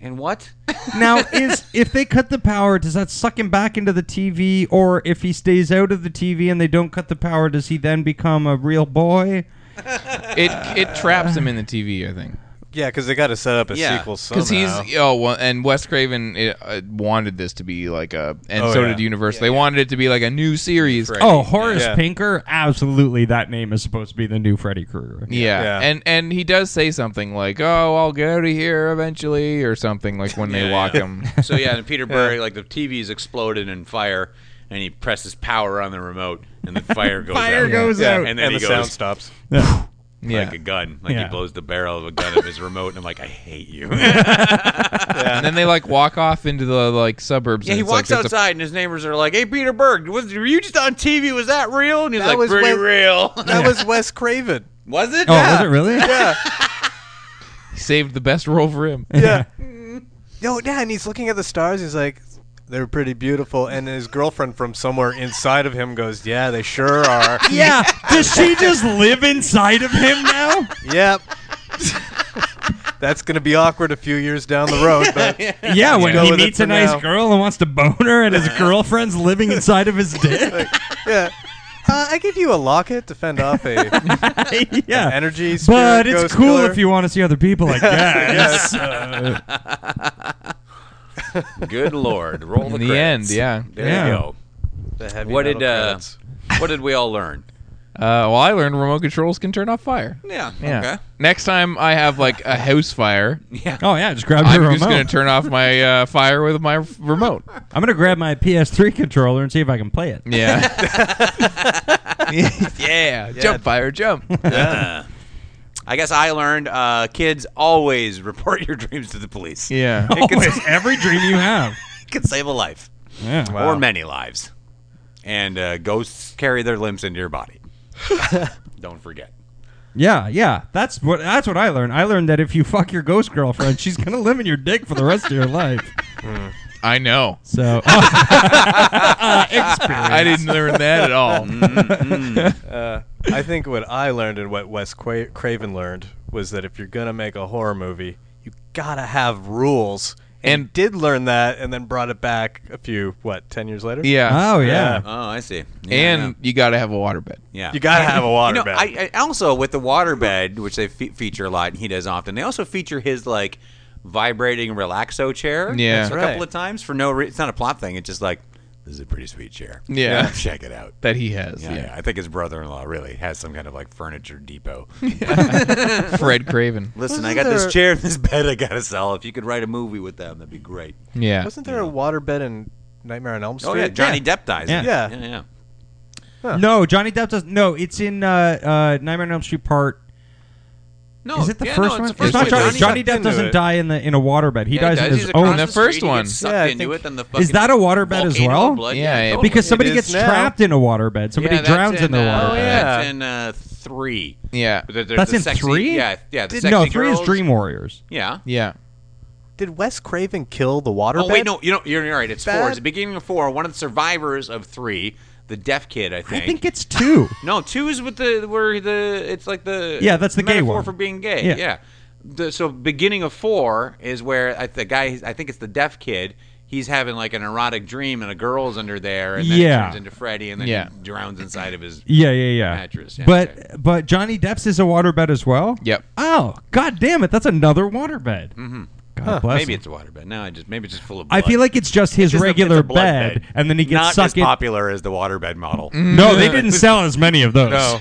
S5: and what?
S7: Now, is if they cut the power, does that suck him back into the TV, or if he stays out of the TV and they don't cut the power, does he then become a real boy?
S6: It it traps him in the TV. I think.
S8: Yeah, because they got to set up a
S5: Yeah.
S8: sequel somehow.
S6: Because he's oh well, and Wes Craven uh, uh, wanted this to be like a, and
S8: Oh,
S6: so
S8: yeah.
S6: did Universal. they wanted it to be like a new series.
S5: Right.
S7: Oh, Horace
S8: Yeah.
S7: Pinker? Absolutely, that name is supposed to be the new Freddy Krueger.
S6: Yeah.
S8: Yeah.
S6: and and he does say something like, "Oh, I'll get out of here eventually," or something like when they lock him.
S5: So yeah, and Peter Berg, like the TV's exploded in fire, and he presses power on the remote, and the fire goes
S7: Fire
S5: out.
S7: goes
S8: yeah,
S7: out.
S5: And
S8: and,
S5: then he
S8: the
S5: goes-
S8: sound stops.
S6: Yeah,
S5: Like a gun, like
S7: Yeah.
S5: he blows the barrel of a gun of his remote, and I'm like, I hate you.
S6: and then they like walk off into the like suburbs.
S5: Yeah,
S6: and
S5: he
S6: it's like
S5: walks
S6: just a-
S5: outside, and his neighbors are like, "Hey, Peter Berg, was, were you just on TV? Was that real?" And he's
S8: That
S5: like,
S8: was
S5: "Pretty
S8: when-
S5: real."
S8: That was Wes Craven.
S5: was it?
S7: Oh,
S5: yeah.
S7: was it really?
S8: Yeah,
S6: he saved the best role for him.
S8: yeah.
S5: Mm.
S8: no, yeah, and he's looking at the stars. He's like, they're pretty beautiful. And his girlfriend from somewhere inside of him goes, yeah, they sure are.
S7: Yeah. Does she just live inside of him now?
S8: yep. That's gonna be awkward a few years down the road, but
S7: Yeah, when
S8: Go
S7: he
S8: with it
S7: meets
S8: for
S7: a nice
S8: now.
S7: girl and wants to bone her, and his girlfriend's living inside of his dick.
S8: yeah. Uh, I give you a locket to fend off a
S7: yeah.
S8: energy. Spirit
S7: but it's
S8: ghost
S7: cool
S8: killer.
S7: if you want to see other people, I guess.
S5: Good lord! Roll
S6: In
S5: the
S6: the
S5: credits.
S6: end, yeah.
S5: There you
S7: Yeah.
S5: go.
S8: The heavy
S5: What did
S8: metal
S5: uh,
S8: credits.
S5: what did we all learn?
S6: Uh, well, I learned remote controls can turn off fire.
S5: Yeah.
S6: Yeah. Next time I have like a house fire,
S7: oh yeah, just grab
S6: I'm
S7: your
S6: just
S7: remote.
S6: gonna turn off my uh, fire with my remote.
S7: I'm gonna grab my PS3 controller and see if I can play it.
S6: Yeah. yeah. Jump fire, jump.
S5: Uh, I guess I learned uh, kids always report your dreams to the police.
S6: Yeah.
S5: It can,
S7: Always, every dream you have.
S5: it can save a life
S7: Yeah.
S5: or many lives. And uh, ghosts carry their limbs into your body. Don't forget.
S7: yeah, yeah. That's what that's what I learned. I learned that if you fuck your ghost girlfriend, she's gonna live in your dick for the rest of your life.
S6: I know.
S7: So uh,
S6: I didn't learn that at all.
S8: I think what I learned and what Wes Qua- Craven learned was that if you're gonna make a horror movie, you gotta have rules. And,
S6: And-
S8: did learn that, and then brought it back a few what ten years later.
S6: Yeah.
S7: Oh yeah.
S5: Oh, I see. Yeah,
S6: and you gotta have a waterbed.
S5: yeah. yeah.
S8: you gotta have a
S5: You
S8: water
S5: know,
S8: bed.
S5: I, I also with the waterbed, which they fe- feature a lot, and he does often. They also feature his like vibrating relaxo chair.
S6: Yeah.
S5: a
S8: That's
S5: couple
S8: right.
S5: of times for no. Re- it's not a plot thing. It's just like this is a pretty sweet chair.
S6: Yeah.
S5: check it out.
S6: That he has.
S5: Yeah,
S6: Yeah.
S5: yeah, I think his brother-in-law really has some kind of like furniture depot.
S6: Fred Craven.
S5: Listen,
S8: Wasn't
S5: I got
S8: there-
S5: this chair and this bed I gotta sell. If you could write a movie with them, that'd be great.
S6: Yeah.
S8: Wasn't there a water bed in Nightmare on Elm Street?
S5: Oh yeah, Johnny Depp dies. in it.
S8: Yeah.
S5: yeah, yeah.
S7: No, Johnny Depp does. No, it's in uh, uh, Nightmare on Elm Street Part.
S5: No,
S7: Is it the
S5: Oh, yeah, no,
S7: first one?
S5: It's, the first
S7: not
S5: one.
S7: Johnny, Johnny
S8: Johnny
S7: Depp
S8: Depp
S7: doesn't
S8: into it.
S7: die in the in a waterbed. He
S5: Yeah,
S7: dies in
S5: He's
S7: his
S5: across
S7: own.
S6: the first
S5: street, he
S6: one.
S5: gets sucked
S8: Yeah, I
S5: into
S8: think-
S5: it, then the
S7: Is
S5: fucking
S7: that a waterbed as
S5: volcano
S7: well?
S5: blood,
S6: Yeah, yeah,
S5: totally.
S7: Because somebody
S8: is
S7: gets
S8: now.
S7: trapped in a waterbed. Somebody
S5: Yeah, that's
S7: drowns in,
S5: in
S7: the
S5: uh,
S7: waterbed.
S8: Oh, yeah.
S5: That's in uh, three.
S6: Yeah.
S5: But there- there's
S7: That's
S5: the
S7: in
S5: sexy-
S7: three?
S5: Yeah, yeah. The
S7: Did-
S5: sexy
S7: no, three
S5: girls.
S7: is Dream Warriors.
S5: Yeah.
S6: Yeah.
S8: Did Wes Craven kill the water?
S5: Oh wait, no, you know you're, you're right. It's four.
S8: Bad.
S5: It's the beginning of four. One of the survivors of three, the deaf kid, I think.
S7: I think it's two.
S5: no, two is with the where the it's like the
S7: Yeah, that's the gay
S5: metaphor
S7: one.
S5: for being gay.
S7: Yeah.
S5: Yeah. The, so beginning of four is where I, the guy I think it's the deaf kid. He's having like an erotic dream and a girl's under there, and then it
S7: Yeah.
S5: turns into Freddy, and then
S6: Yeah.
S5: he drowns inside of his.
S7: Yeah, yeah, yeah.
S5: Mattress, yeah,
S7: but
S5: okay.
S7: but Johnny Depp's is a waterbed as well.
S6: Yep.
S7: Oh God damn it! That's another waterbed. Mm-hmm. God bless.
S5: Maybe
S7: him.
S5: it's a waterbed. No, I just maybe it's just full of.
S7: I
S5: Blood.
S7: feel like it's just
S5: It's
S7: his
S5: a- it's a
S7: regular
S5: blood
S7: bed, and then he gets
S5: not Mm-hmm.
S7: sucked
S5: as
S7: in. Mm.
S5: popular as the waterbed model.
S7: No, they didn't sell as many of those.
S8: No.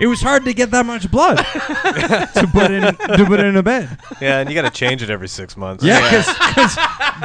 S7: It was hard to get that much blood to put in to put in a bed.
S8: Yeah, and you got to change it every six months.
S7: Yeah, because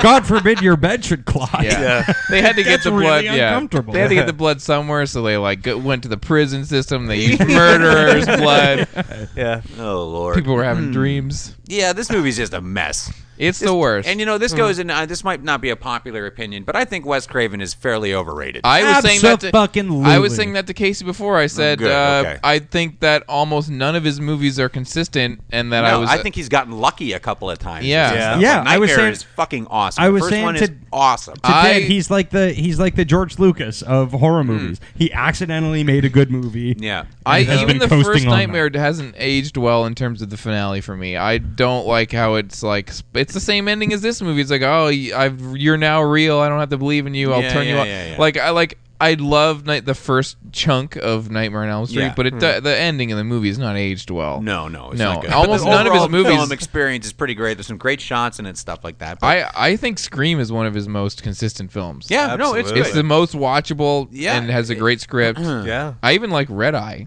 S7: God forbid your bed should clot.
S6: Yeah.
S8: Yeah.
S6: They had to get
S7: That's
S6: the
S7: really
S6: blood. yeah,
S7: uncomfortable.
S6: they had to get the blood somewhere, so they like go, went to the prison system. They used murderers' blood.
S8: yeah.
S5: Oh lord.
S6: People were having dreams.
S5: Yeah, this movie's just a mess.
S6: It's the worst. Mm.
S5: And you know, this goes in. Uh, this might not be a popular opinion, but I think Wes Craven is fairly overrated.
S6: I was saying that to, I
S7: Abso-fucking-lutely.
S6: was saying that to Casey before. I said
S5: Oh, good,
S6: uh,
S5: okay.
S6: I think that almost none of his movies are consistent, and that
S5: No,
S6: I was
S5: think he's gotten lucky a couple of times.
S6: Yeah.
S5: It's
S8: Yeah.
S5: just-
S7: Yeah,
S5: like,
S7: I was
S5: Nightmare
S7: saying-
S5: is fucking awesome.
S7: I
S5: The
S7: was
S5: first
S7: saying
S5: one is
S7: to-
S5: awesome. Uh,
S7: To
S6: I-
S7: Dan, he's like the he's like the George Lucas of horror movies. He accidentally made a good movie.
S5: yeah,
S6: I
S7: has
S6: even the
S7: been
S6: first
S7: coasting on
S6: Nightmare hasn't aged well in terms of the finale for me. I don't like how it's like sp- it's the same ending as this movie. It's like oh, y- I've, you're now real. I don't have to believe in you. I'll
S5: Yeah,
S6: turn you
S5: yeah,
S6: on.
S5: yeah, yeah.
S6: Like I like I love night the first chunk of Nightmare on Elm Street,
S5: Yeah. Hmm.
S6: but it the, the ending in the movie is not aged well.
S5: no, no, it's
S6: No,
S5: not good.
S6: almost
S5: But the
S6: none of his
S5: overall
S6: movies-
S5: Film experience is pretty great. There's some great shots in it and stuff like that. But
S6: I I think Scream is one of his most consistent films.
S5: yeah, no, it's
S8: Absolutely.
S5: good.
S6: It's the most watchable
S5: Yeah.
S6: and has a great script.
S8: Yeah.
S6: I even like Red Eye.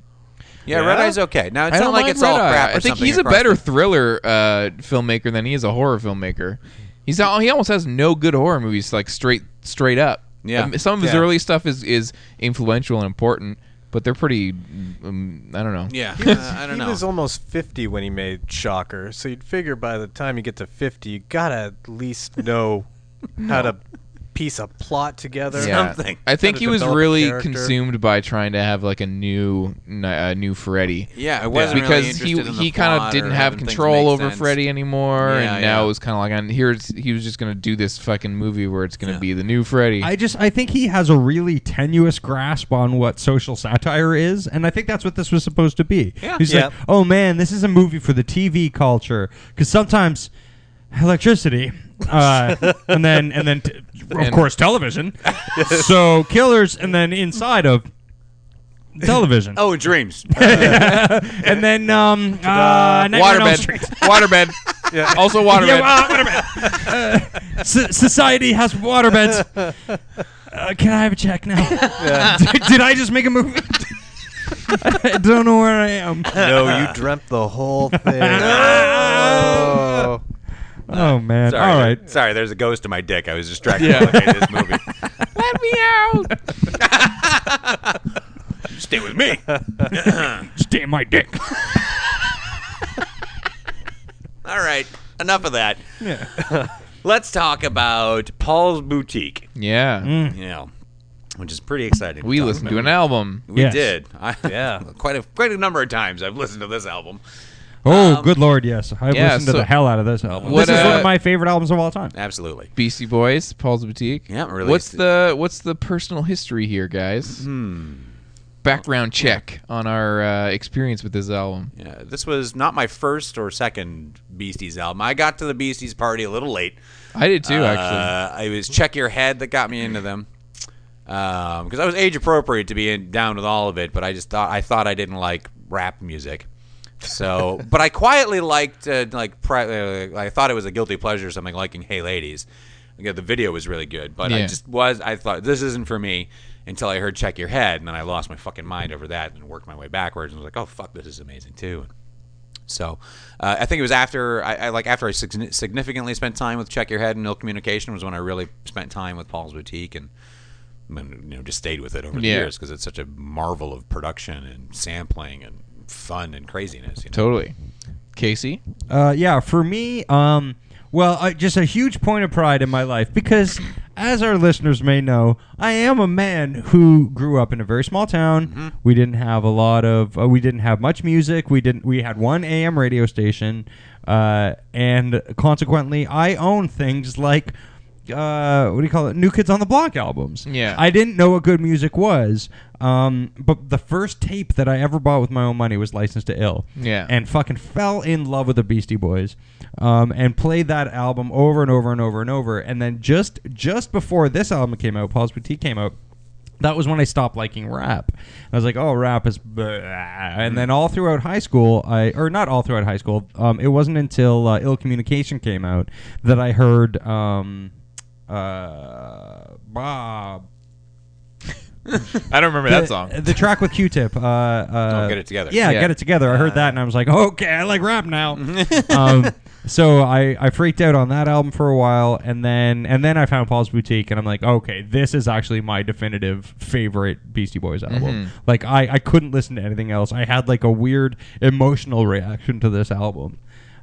S5: yeah, Red
S8: Yeah?
S5: Eye's okay. Now it's
S6: I
S5: not
S6: don't
S5: like
S6: mind
S5: it's
S6: Red
S5: all
S6: Eye.
S5: crap. Or
S6: I think
S5: something
S6: he's a
S5: across
S6: better
S5: the-
S6: thriller uh, filmmaker than he is a horror filmmaker. He's he almost has no good horror movies like straight straight up.
S5: Yeah.
S6: Um, some of his
S8: Yeah.
S6: early stuff is is influential and important, but they're pretty. Um, I don't know.
S5: Yeah, uh, I don't
S8: He
S5: know.
S8: was almost 50 when he made Shocker, so you'd figure by the time you get to 50, you gotta at least know how to piece a plot together.
S6: Yeah.
S5: Something.
S6: I think
S8: How to
S6: he was
S8: develop a
S6: really
S8: character.
S6: consumed by trying to have like a new a new Freddy.
S5: yeah, I wasn't really
S6: because
S5: interested in the
S6: he he kind of
S5: plot
S6: didn't
S5: or
S6: have
S5: having things
S6: control
S5: make
S6: over
S5: sense.
S6: Freddy anymore,
S5: Yeah,
S6: and now
S5: yeah.
S6: it was kind of like on here's he was just gonna do this fucking movie where it's gonna be the new Freddy.
S7: I just I think he has a really tenuous grasp on what social satire is, and I think that's what this was supposed to be.
S5: Yeah.
S7: He's
S8: Yeah.
S7: like, oh man, this is a movie for the TV culture because sometimes electricity, uh, and then and then t- of
S6: And-
S7: course television. so killers, and then inside of television,
S5: Oh, dreams.
S7: and then um, uh, Nightmare on Elm
S6: waterbed,
S7: Street.
S6: waterbed, also waterbed.
S7: Yeah, well, waterbed. Uh, so- society has waterbeds. Uh, can I have a check now? did, did I just make a movie? I don't know where I am.
S8: No, you dreamt the whole thing. Oh.
S7: Oh man!
S5: Sorry,
S7: All
S5: there-
S7: right.
S5: Sorry, there's a ghost in my dick. I was distracted yeah. looking at this movie.
S6: Let me out.
S5: Stay with me.
S7: Stay in my dick.
S5: All right, enough of that.
S7: Yeah.
S5: Let's talk about Paul's Boutique.
S6: Yeah,
S5: You know, which is pretty exciting.
S6: we
S5: talk
S6: listened
S5: about.
S6: to an album.
S5: We
S7: Yes.
S5: did. I,
S8: Yeah.
S5: quite a quite a number of times. I've listened to this album.
S7: Oh, good lord! Yes, I've
S6: Um, yeah,
S7: listened to
S6: so-
S7: the hell out of this album.
S6: What,
S7: this is one
S6: uh,
S7: of my favorite albums of all time.
S5: Absolutely.
S6: Beastie Boys, Paul's Boutique.
S5: Yeah, it
S6: What's
S5: released-
S6: the what's the personal history here, guys? Hmm. Background check on our uh, experience with this album.
S5: Yeah, this was not my first or second Beasties album. I got to the Beasties party a little late.
S6: I did too,
S5: Uh,
S6: actually.
S5: it was Check Your Head that got me into them. Because I was age appropriate to be in, down with all of it, but I just thought I thought I didn't like rap music. So, but I quietly liked uh, like pri- uh, I thought it was a guilty pleasure or something liking Hey Ladies. Yeah, the video was really good, but I
S6: Yeah.
S5: just was I thought this isn't for me until I heard Check Your Head, and then I lost my fucking mind over that and worked my way backwards and was like, oh fuck, this is amazing too. So, uh, I think it was after I, I like after I sig- significantly spent time with Check Your Head and Ill Communication was when I really spent time with Paul's Boutique and and, you know, just stayed with it over the
S6: Yeah.
S5: years because it's such a marvel of production and sampling and fun and craziness. You know?
S6: Totally. Casey?
S7: Uh, yeah, for me, um, well, I, just a huge point of pride in my life because, as our listeners may know, I am a man who grew up in a very small town. We didn't have a lot of, uh, we didn't have much music. We didn't. We had one AM radio station, uh, and consequently, I own things like. Uh, what do you call it? New Kids on the Block albums.
S6: Yeah.
S7: I didn't know what good music was. Um, but the first tape that I ever bought with my own money was "Licensed to Ill."
S6: Yeah.
S7: and fucking fell in love with the Beastie Boys, um, and played that album over and over and over and over. And then just just before this album came out, Paul's Boutique came out. That was when I stopped liking rap. I was like, "Oh, rap is," blah. and then all throughout high school, I or not all throughout high school. Um, it wasn't until uh, Ill Communication came out that I heard um, uh, Bob
S6: I don't remember
S7: the- The track with Q-Tip. Uh, uh,
S5: Oh, Get It Together.
S7: Yeah,
S6: Yeah.
S7: get it together. I heard that and I was like, okay, I like rap now. um, so I, I freaked out on that album for a while, and then and then I found Paul's Boutique, and I'm like, okay, this is actually my definitive favorite Beastie Boys album.
S5: Mm-hmm.
S7: Like I, I couldn't listen to anything else. I had like a weird emotional reaction to this album.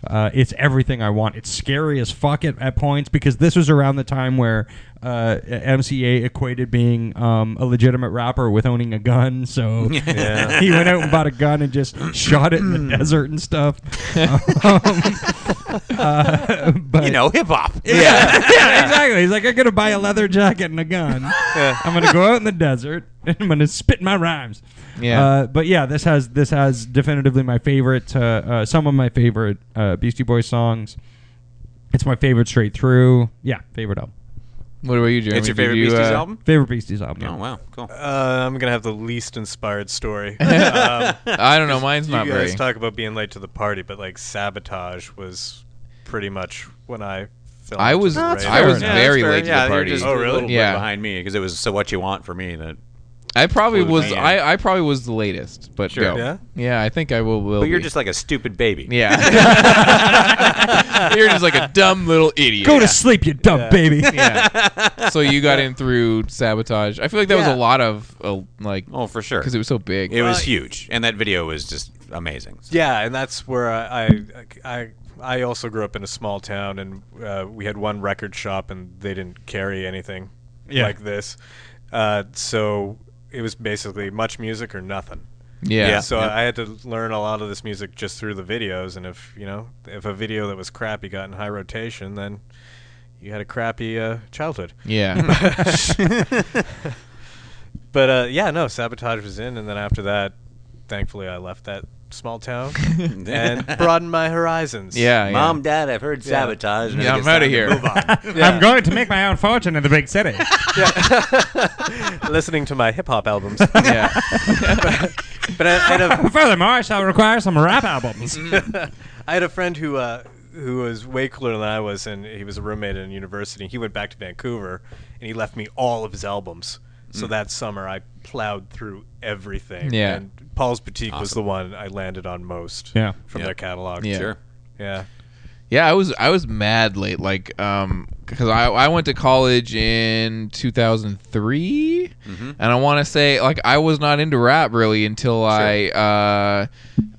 S7: Uh, it's everything I want. It's scary as fuck at, at points because this was around the time where uh, MCA equated being um, a legitimate rapper with owning a gun. So he went out and bought a gun and just shot it in the desert and stuff. Um, uh, but
S5: You know, hip hop.
S7: yeah, yeah, exactly. He's like, I'm gonna buy a leather jacket and a gun. I'm gonna go out in the desert and I'm gonna spit my rhymes.
S6: Yeah.
S7: Uh, but yeah, this has this has definitively my favorite, uh, uh, some of my favorite uh, Beastie Boys songs. It's my favorite straight through. Yeah, favorite album,
S6: What about you, Jeremy?
S5: It's your
S6: Did
S5: favorite
S6: you,
S5: Beasties
S6: uh,
S5: album?
S7: favorite Beasties album. yeah.
S5: Oh, wow. Cool.
S8: Uh, I'm gonna have the least inspired story. um,
S6: I don't know. Mine's
S8: you
S6: not
S8: guys
S6: very.
S8: talk about being late to the party, but like sabotage was pretty much when I. fell
S6: I
S8: into
S6: was-
S8: the
S6: No, that's
S8: radar.
S6: I was
S5: Yeah,
S6: very
S5: that's fair.
S6: late to
S5: yeah,
S6: the
S5: you're
S6: party.
S5: Just
S8: Oh,
S5: a
S8: really?
S5: little bit
S6: Yeah.
S5: behind me because it was so what you want for me that.
S6: I probably
S5: Clue
S6: was.
S5: man.
S6: I, I probably was the latest. But
S5: Sure.
S6: go.
S8: Yeah?
S6: Yeah, I think I will. will
S5: But you're
S6: be.
S5: just like a stupid baby.
S6: Yeah. you're just like a dumb little idiot.
S7: Go to sleep, you dumb baby.
S6: Yeah. So you got in through sabotage. I feel like that was
S5: Yeah.
S6: a lot of uh, like
S5: Oh, for sure.
S6: because it was so big.
S5: It
S8: Uh,
S5: was huge, and that video was just amazing.
S8: Yeah, and that's where I I, I, I also grew up in a small town, and uh, we had one record shop, and they didn't carry anything like this. Uh, so it was basically much music or nothing.
S6: yeah.
S5: Yeah.
S8: So I had to learn a lot of this music just through the videos, and if you know if a video that was crappy got in high rotation, then you had a crappy uh, childhood.
S6: Yeah.
S8: But uh, yeah, no, sabotage was in, and then after that, thankfully, I left that small town and broadened my horizons.
S6: yeah.
S5: Mom, Dad, I've heard sabotage. and I
S6: Yeah,
S5: think
S6: I'm outta here.
S5: it's time to Move on.
S7: I'm going to make my own fortune in the big city.
S8: listening to my hip hop albums.
S6: yeah.
S8: But I, I had a
S7: Furthermore, I shall require some rap albums.
S6: Mm-hmm.
S8: I had a friend who uh, who was way cooler than I was, and he was a roommate in university. He went back to Vancouver, and he left me all of his albums. So that summer, I plowed through everything.
S6: Yeah.
S8: And Paul's Boutique was the one I landed on most.
S7: Yeah.
S8: From
S5: Yeah.
S8: their catalog.
S6: Yeah.
S5: Sure.
S8: Yeah.
S6: Yeah, I was I was mad late, like, um, because I I went to college in 2003, and I want to say like I was not into rap really until I uh,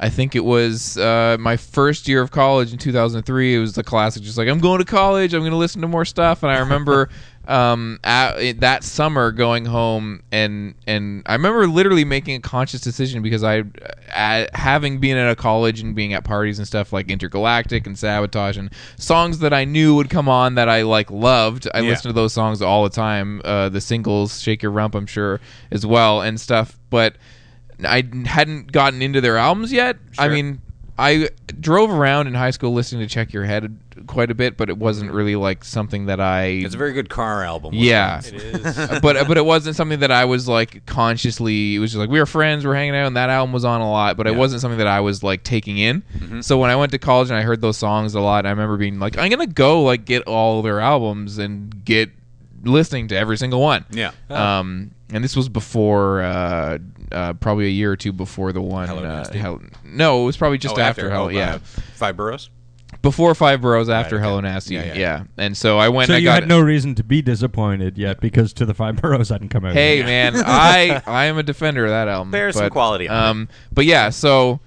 S6: I think it was uh, my first year of college in 2003. It was the classic, just like I'm going to college, I'm going to listen to more stuff, and I remember. um at, it- that summer going home and and I remember literally making a conscious decision because I uh, at, having been at a college and being at parties and stuff like intergalactic and sabotage and songs that I knew would come on that I like loved I listened to those songs all the time uh the singles shake your rump I'm sure as well and stuff but I hadn't gotten into their albums yet I mean I drove around in high school listening to Check Your Head quite a bit, but it wasn't really like something that I
S5: It's a very good car album. wasn't
S6: yeah,
S5: it?
S6: Uh, but but it wasn't something that I was like consciously. It was just like we were friends, we are hanging out, and that album was on a lot. But it wasn't something that I was like taking in.
S5: Mm-hmm.
S6: So when I went to college and I heard those songs a lot, I remember being like, I'm gonna go like get all their albums and get listening to every single one.
S5: Yeah.
S6: Um, and this was before uh, uh, probably a year or two before the one.
S5: Hello
S6: uh,
S5: Nasty.
S6: Hell- no, it was probably just
S5: Oh,
S6: after, Hell.
S5: oh,
S6: yeah.
S5: uh, Five Boroughs.
S6: before Five Boroughs, after Hello Nasty. Yeah,
S5: Yeah, yeah.
S6: And so I went.
S7: So
S6: and I
S7: you
S6: got
S7: had no reason to be disappointed yet because to the five boroughs hadn't come out.
S6: Hey
S7: yet.
S6: man, I I am a defender of that album.
S5: There's some
S6: but,
S5: quality on
S6: Um, but yeah, so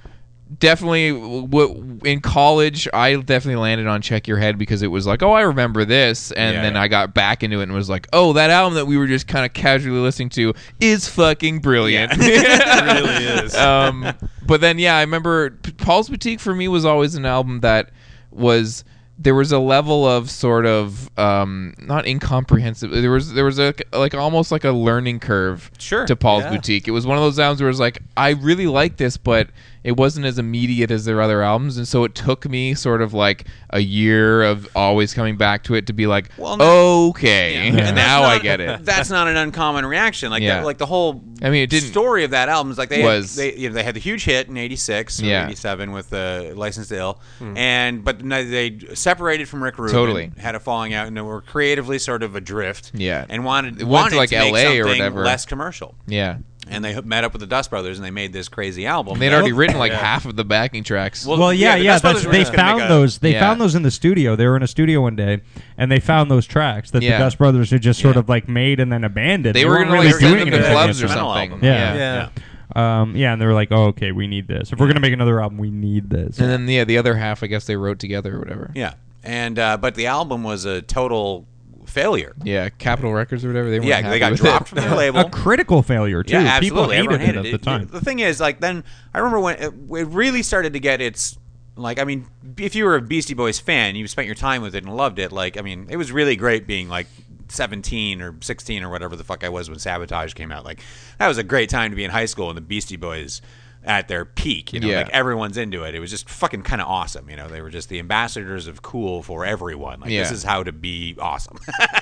S6: definitely w- w- in college, I definitely landed on Check Your Head because it was like, oh, I remember this, and
S5: Yeah,
S6: then
S5: yeah.
S6: I got back into it and was like, oh, that album that we were just kind of casually listening to is fucking brilliant.
S5: it really is.
S6: um, but then yeah, I remember P- Paul's Boutique for me was always an album that was there was a level of sort of um, not incomprehensible. There was there was a like almost like a learning curve
S5: Sure,
S6: to Paul's
S8: yeah.
S6: Boutique. It was one of those albums where it was like I really like this, but it wasn't as immediate as their other albums, and so it took me sort of like a year of always coming back to it to be like,
S5: Well, no-
S6: okay,
S5: And that's
S6: now I
S5: not-
S6: get it.
S5: That's not an uncommon reaction. Like
S6: Yeah.
S5: that, like the whole
S6: I mean, it didn't-
S5: story of that album is like they
S6: Was-
S5: had, they you know, they had the huge hit in '86,
S6: Yeah. Hmm.
S5: '87 with uh, License to Ill, and but no, they separated from Rick Rubin,
S6: Totally.
S5: had a falling out, and they were creatively sort of adrift,
S6: Yeah.
S5: and wanted
S6: It went
S5: wanted
S6: to, like,
S5: to make
S6: LA or
S5: something
S6: whatever.
S5: less commercial,
S6: Yeah,
S5: and they h- met up with the Dust Brothers and they made this crazy album.
S6: and they'd already written like half of the backing tracks.
S7: Well, yeah,
S5: the
S7: yeah.
S5: Dust
S7: That's,
S5: Brothers were
S7: they
S5: just gonna
S7: found
S5: make a-
S7: those. They
S6: Yeah.
S7: found those in the studio. They were in a studio one day, and they found those tracks that
S6: Yeah.
S7: the Dust Brothers had just sort
S5: Yeah.
S7: of like made and then abandoned.
S6: they were
S7: weren't
S6: gonna
S7: really
S6: like send
S7: doing
S6: them to
S7: anything
S5: anything
S6: clubs
S5: with
S6: or
S5: it.
S6: something.
S5: Yeah.
S7: Yeah.
S8: Yeah.
S7: Um, yeah, and they were like, "Oh, okay, we need this. If we're gonna make another album, we need this."
S6: And then yeah, the other half I guess they wrote together or whatever.
S5: yeah, and uh, but the album was a total failure.
S6: Yeah, Capitol Records or whatever they weren't
S5: Yeah,
S6: happy
S5: they got
S6: with
S5: dropped
S6: it.
S5: from their label.
S7: a critical failure too.
S5: Yeah, absolutely.
S7: People
S5: Everyone
S7: hated
S5: hated
S7: it
S5: it.
S7: at the time.
S5: The thing is, like, then I remember when it, it really started to get its, like, I mean, if you were a Beastie Boys fan, you spent your time with it and loved it. Like, I mean, it was really great being like. 17 or 16 or whatever the fuck I was when Sabotage came out. Like, that was a great time to be in high school and the Beastie Boys at their peak. You know,
S6: Yeah.
S5: like everyone's into it. It was just fucking kind of awesome. You know, they were just the ambassadors of cool for everyone. Like, this
S6: Yeah.
S5: is how to be awesome.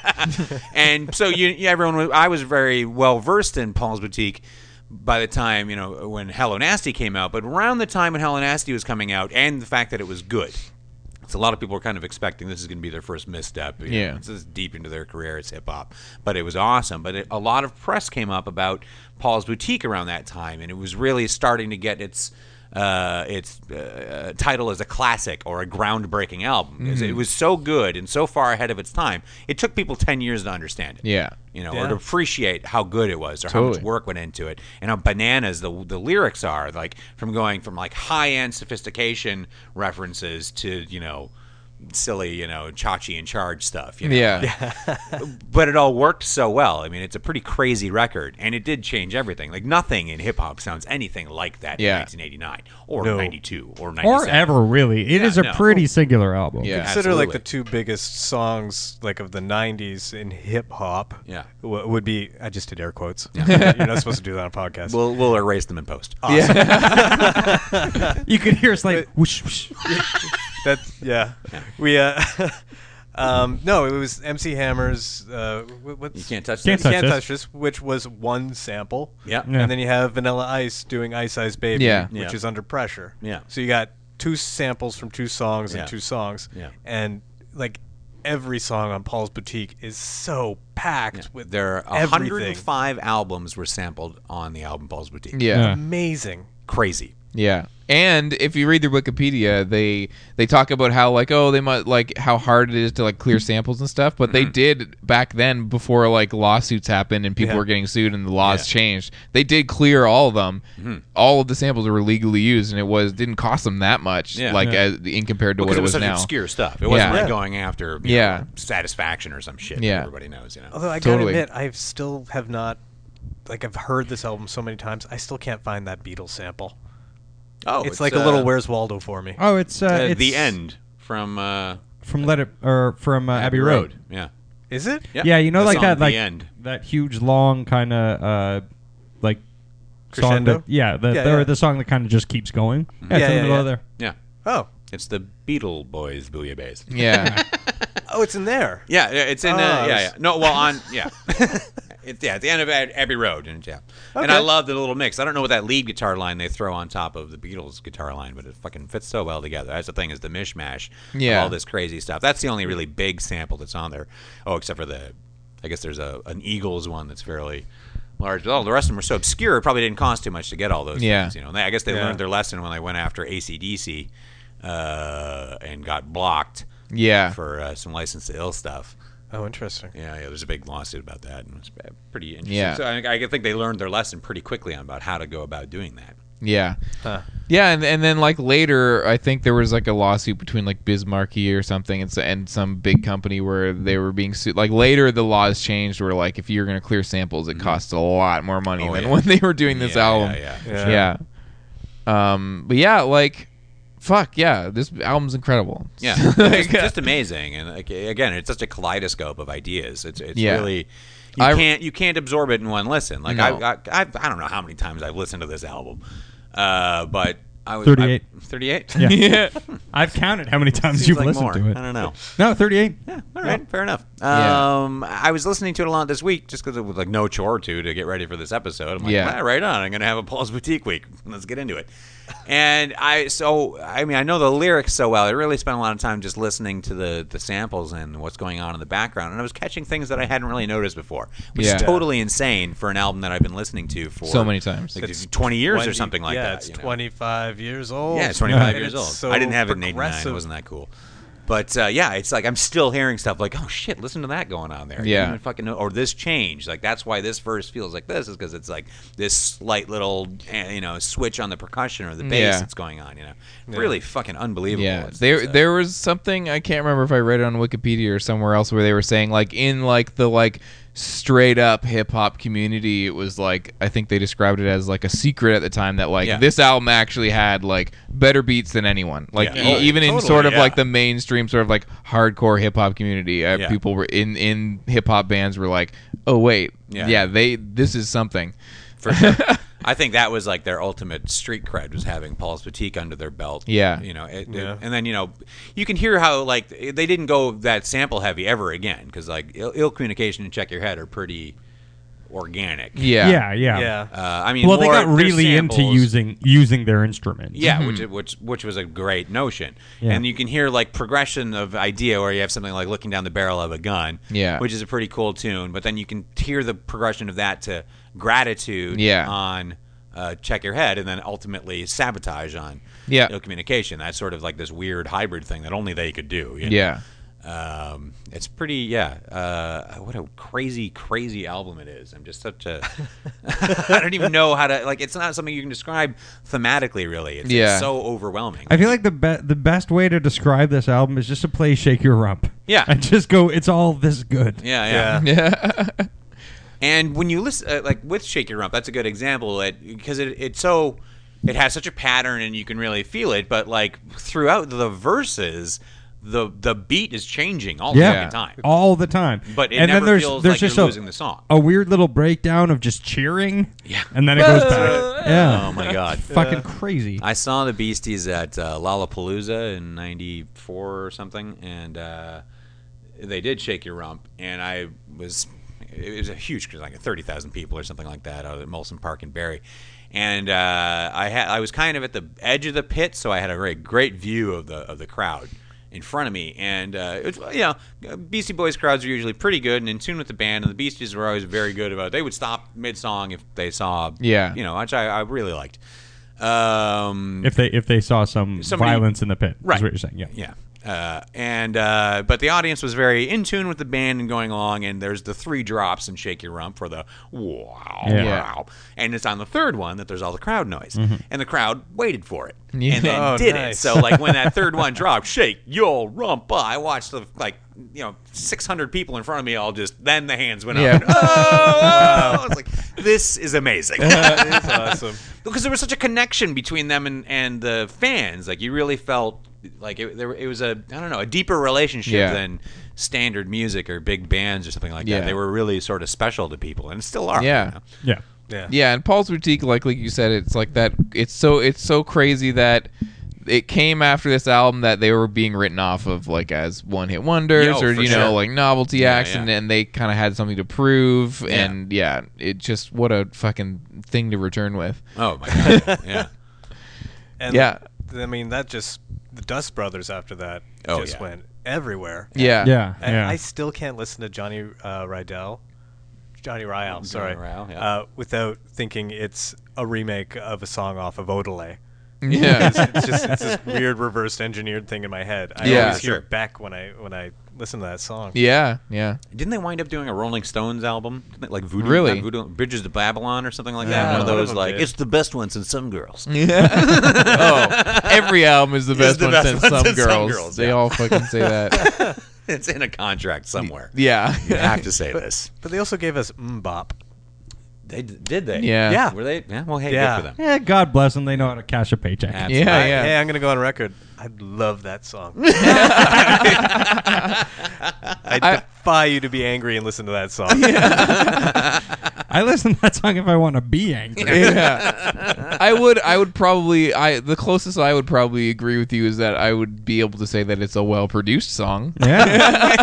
S5: and so you, you everyone was, I was very well versed in Paul's Boutique by the time you know when Hello Nasty came out, but around the time when Hello Nasty was coming out, and the fact that it was good. So a lot of people were kind of expecting this is going to be their first misstep. you know,
S6: Yeah.
S5: this is deep into their career. It's hip hop, but it was awesome. But it, a lot of press came up about Paul's Boutique around that time, and it was really starting to get its uh, its uh, title as a classic or a groundbreaking album. It
S6: Mm-hmm.
S5: was- It was so good and so far ahead of its time. It took people ten years to understand it.
S6: Yeah.
S5: You know, or to appreciate how good it was, or how much
S6: Totally.
S5: work went into it, and how bananas the the lyrics are. Like from going from like high end sophistication references to you know silly you know chachi in charge stuff. You know?
S6: Yeah.
S5: but it all worked so well. I mean, it's a pretty crazy record, and it did change everything. Like nothing in hip hop sounds anything like that
S6: Yeah.
S5: in 1989 or
S8: No.
S5: 92 or 97
S7: or ever really, it is
S5: Yeah,
S7: a
S5: no.
S7: pretty singular album.
S6: Yeah.
S8: Consider like the
S5: Absolutely.
S8: two biggest songs like of the '90s in hip hop.
S5: Yeah.
S8: w- would be I just did air quotes. You're not supposed to do that on a podcast.
S5: We'll we'll erase them in post.
S7: You could hear it's like whoosh, whoosh.
S8: that yeah. We uh, um, no, it was MC Hammer's. Uh, wh- what's
S5: You can't touch
S7: Can't
S5: this.
S7: touch
S8: Can't
S7: This.
S8: Touch This, which was one sample.
S5: Yeah.
S7: Yeah.
S8: And then you have Vanilla Ice doing Ice Ice Baby,
S6: Yeah.
S8: which
S5: Yeah.
S8: is under pressure.
S5: Yeah.
S8: So you got two samples from two songs
S5: Yeah.
S8: and two songs.
S5: Yeah.
S8: And like every song on Paul's Boutique is so packed with
S5: There are
S8: everything.
S5: 105 albums were sampled on the album Paul's Boutique.
S6: yeah.
S8: Amazing.
S5: Crazy.
S6: Yeah. And if you read their Wikipedia, they they talk about how like oh they might like how hard it is to like clear samples and stuff, but they
S5: Mm-hmm.
S6: did back then before like lawsuits happened and people
S8: Yeah.
S6: were getting sued and the laws changed. They did clear all of them.
S5: Mm-hmm.
S6: All of the samples were legally used and it was didn't cost them that much
S5: Yeah.
S6: like As, in compared to
S5: Because
S6: what
S5: it
S6: it
S5: was
S6: was
S5: such
S6: now.
S5: obscure stuff. It wasn't
S6: Yeah.
S5: like going after you know,
S6: Yeah.
S5: satisfaction or some shit
S6: Yeah.
S5: that everybody knows, you know.
S8: Although I
S6: Totally.
S8: gotta admit, I still have not. Like I've heard this album so many times, I still can't find that Beatles sample.
S5: oh,
S8: it's, like a little
S5: uh,
S8: Where's Waldo for me.
S7: Oh, it's, uh,
S5: uh,
S7: it's
S5: the end from uh,
S7: from Let It or from uh, Abbey Road.
S5: Yeah.
S8: Is it?
S5: Yeah.
S7: Yeah, you know,
S5: The
S7: like
S5: song,
S7: that,
S5: The
S7: like
S5: End.
S7: that huge, long kind of uh, like
S8: Crescendo?
S7: Song that, yeah, the,
S8: Yeah,
S7: the,
S8: yeah.
S7: the song that kind of just keeps going. Yeah, it's
S8: Yeah,
S7: in the
S8: yeah,
S7: middle of
S8: yeah.
S7: there.
S5: Mm-hmm. Yeah.
S8: Oh,
S5: It's the Beatle Boys Bouillabaisse.
S6: Yeah.
S8: oh, it's in there.
S5: Yeah, yeah, it's in.
S8: Ah,
S6: Oh,
S5: uh, yeah,
S8: I
S5: yeah.
S8: was-
S5: No, well, on yeah, it's, yeah, at the end of Ab- Abbey Road, and yeah, and I
S8: Okay.
S5: love the little mix. I don't know what that lead guitar line they throw on top of the Beatles guitar line, but it fucking fits so well together. That's the thing is the mishmash, of
S6: Yeah.
S5: all this crazy stuff. That's the only really big sample that's on there. Oh, except for the, I guess there's a an Eagles one that's fairly large. But all the rest of them are so obscure, it probably didn't cost too much to get all those.
S6: Yeah.
S5: things, you know. And they- I guess they
S8: Yeah.
S5: learned their lesson when they went after ACDC. uh, and got blocked
S6: Yeah.
S5: for uh, some license to ill stuff.
S8: Oh, interesting.
S5: Yeah, yeah, there's a big lawsuit about that, and it's uh, pretty interesting.
S6: Yeah.
S5: So I, I think they learned their lesson pretty quickly on about how to go about doing that.
S6: Yeah. Yeah, and, and then like later, I think there was like a lawsuit between like Bismarcky or something and, s- and some big company where they were being sued. Like later, the laws changed where like if you're going to clear samples, it costs a lot more money
S5: Mm-hmm. Oh,
S6: than
S5: yeah.
S6: when they were doing this
S5: Yeah,
S6: album.
S5: yeah, yeah.
S6: yeah. Um, but yeah, like, fuck yeah, this album's incredible.
S5: Yeah,
S6: Like,
S5: it's just amazing, and like, again, it's such a kaleidoscope of ideas. It's it's
S6: Yeah.
S5: really you
S6: I-
S5: can't you can't absorb it in one listen. Like
S6: No.
S5: I, I I I don't know how many times I've listened to this album, uh, but I was
S7: 38.
S5: Thirty eight.
S6: yeah.
S7: I've counted how many times you've listened to it.
S5: I don't know.
S7: No, 38.
S5: Yeah, all right, fair enough.
S6: Yeah.
S5: Um, I was listening to it a lot this week just because it was like no chore to to get ready for this episode. I'm like,
S6: Yeah.
S5: "Ah, right on. I'm gonna have a Paul's Boutique week. Let's get into it. And I so I mean I know the lyrics so well. I really spent a lot of time just listening to the the samples and what's going on in the background, and I was catching things that I hadn't really noticed before, which
S6: Yeah.
S5: is totally insane for an album that I've been listening to for
S6: So many times.
S5: like, 20 years or something like that.
S8: Yeah, it's
S5: you know?
S8: 25 years old.
S5: Yeah, it's 25
S8: And
S5: years
S8: it's
S5: old.
S8: so
S5: I didn't have it in 89. It
S8: progressive.
S5: wasn't that cool. But uh, yeah, it's like I'm still hearing stuff like, oh shit, listen to that going on there. You
S6: Yeah.
S5: don't even fucking know- or this change. Like that's why this verse feels like this is because it's like this slight little eh, you know switch on the percussion or the bass
S6: Mm, Yeah.
S5: that's going on. You know, really fucking unbelievable.
S6: Yeah,
S5: It's-
S6: there
S5: it's, uh,
S6: there was something I can't remember if I read it on Wikipedia or somewhere else where they were saying like in like the like straight up hip hop community, it was like I think they described it as like a secret at the time that like
S5: Yeah.
S6: this album actually had like better beats than anyone. Like
S5: Yeah.
S6: e-
S5: Oh,
S6: even in
S8: totally,
S6: sort of
S8: yeah.
S6: like the mainstream sort of like hardcore hip hop community, uh,
S5: Yeah.
S6: people were in in hip hop bands were like, oh wait,
S5: Yeah.
S6: yeah. they this is something.
S5: for sure. I think that was like their ultimate street cred was having Paul's Boutique under their belt.
S6: Yeah.
S5: you know, it, it-
S8: Yeah.
S5: and then you know, you can hear how like they didn't go that sample heavy ever again because like Ill, Ill Communication and Check Your Head are pretty organic.
S6: Yeah,
S7: Yeah, yeah.
S8: Yeah.
S5: Uh, I mean,
S7: Well, they
S5: more-
S7: got
S5: they're
S7: really into
S5: samples.
S7: using using their instruments.
S6: Mm-hmm.
S5: Yeah, which which which was a great notion,
S7: Yeah.
S5: and you can hear like progression of idea where you have something like looking down the barrel of a gun,
S6: Yeah.
S5: which is a pretty cool tune. But then you can hear the progression of that to gratitude,
S6: Yeah.
S5: on uh, check your head, and then ultimately sabotage on
S6: Yeah.
S5: no communication. That's sort of like this weird hybrid thing that only they could do. you know?
S6: yeah.
S5: Um, it's pretty, yeah. Uh, what a crazy, crazy album it is. I'm just such a. I don't even know how to like. It's not something you can describe thematically, really. It's, it's
S6: Yeah.
S5: so overwhelming.
S7: I feel like the be- the best way to describe this album is just to play Shake Your Rump.
S5: Yeah.
S7: And just go, it's all this good.
S5: yeah, yeah,
S8: yeah.
S5: And when you listen, uh, like with Shake Your Rump, that's a good example. It because it, it's so, it has such a pattern, and you can really feel it. But like throughout the verses, the the beat is changing all
S7: Yeah.
S5: the fucking time.
S7: All the time.
S5: But it
S7: and
S5: never
S7: then there's,
S5: feels
S7: there's
S5: like
S7: just
S5: you're
S7: a,
S5: losing the song.
S7: a weird little breakdown of just cheering.
S5: Yeah.
S7: And then it goes back. Yeah.
S5: Oh my god. Um,
S7: Fucking crazy.
S5: I saw the Beasties at uh, Lollapalooza in '94 or something, and uh, they did shake your rump. And I was, it was a huge, 'cause like 30,000 people or something like that, out at Molson Park in Barrie. And uh, I had, I was kind of at the edge of the pit, so I had a very great view of the of the crowd in front of me. And uh, it was, you know, Beastie Boys crowds are usually pretty good and in tune with the band, and the Beasties were always very good about. They would stop mid song if they saw,
S6: Yeah.
S5: you know, which I, I really liked. Um,
S7: if they if they saw some
S5: Somebody-
S7: violence in the pit.
S5: Right.
S7: Is what you're saying. Yeah.
S5: yeah. Uh, and uh, but the audience was very in tune with the band and going along. And there's the three drops and shake your rump for the wow,
S7: Yeah.
S5: wow. And it's on the third one that there's all the crowd noise, and the crowd waited for it and then
S8: Mm-hmm. Oh,
S5: did
S8: nice.
S5: it. So like when that third one dropped, shake your rump. I watched the like you know 600 people in front of me all just then the hands went
S6: Yeah.
S5: up. And, oh, oh. I was like, this is amazing.
S8: That's awesome.
S5: because there was such a connection between them and, and the fans. Like you really felt like it, there, it was a I don't know a deeper relationship
S6: Yeah.
S5: than standard music or big bands or something like
S6: Yeah.
S5: that. They were really sort of special to people and still are. you
S6: Yeah.
S5: know?
S7: Yeah.
S8: Yeah.
S6: yeah and paul's boutique like like you said it's like that it's so it's so crazy that it came after this album that they were being written off of like as one hit wonders
S5: Yeah, oh,
S6: or
S5: for
S6: you
S5: sure.
S6: know like novelty
S5: Yeah,
S6: acts and
S5: yeah.
S6: and they kind of had something to prove and yeah it just what a fucking thing to return with
S5: Oh my god. Yeah.
S8: And
S6: Yeah.
S8: I mean, that just, the Dust Brothers after that
S5: Oh,
S8: just
S5: yeah.
S8: went everywhere.
S6: yeah
S7: Yeah.
S8: And
S7: yeah.
S8: I still can't listen to Johnny uh, Rydell, Johnny Ryle, sorry,
S5: Ryle, yeah.
S8: uh, without thinking it's a remake of a song off of Odelay.
S6: Yeah.
S8: It's, it's just it's this weird reverse engineered thing in my head. I
S6: Yeah.
S8: always hear
S5: Sure.
S8: it back when I when I listen to that song.
S6: yeah. Yeah.
S5: Didn't they wind up doing a Rolling Stones album? Didn't they, like Voodoo,
S6: Really?
S5: not Voodoo, Bridges to Babylon or something like that?
S8: Yeah,
S5: One of
S8: one of
S5: those
S8: them
S5: like
S8: did.
S5: it's the best one since Some Girls.
S6: oh, every album is the best
S5: the
S6: one
S5: best
S6: since
S5: one
S6: some
S5: since some
S6: girls.
S5: girls,
S6: They
S5: yeah.
S6: all fucking say that.
S5: it's in a contract somewhere.
S6: yeah.
S5: I have to say this.
S8: But they also gave us Mbop.
S5: They d- did they?
S6: Yeah.
S8: Yeah.
S5: Were they? Yeah. Well, hey,
S8: Yeah.
S5: good for them.
S7: Yeah, Eh, God bless them. They know how to cash a paycheck.
S5: Abs-
S6: Yeah.
S8: I-
S6: Oh, yeah.
S8: Hey, I'm gonna go on record. I love that song. I defy you to be angry and listen to that song.
S7: I listen to that song if I want to be angry.
S6: yeah. I would I would probably I the closest I would probably agree with you is that I would be able to say that it's a well produced song.
S7: Yeah.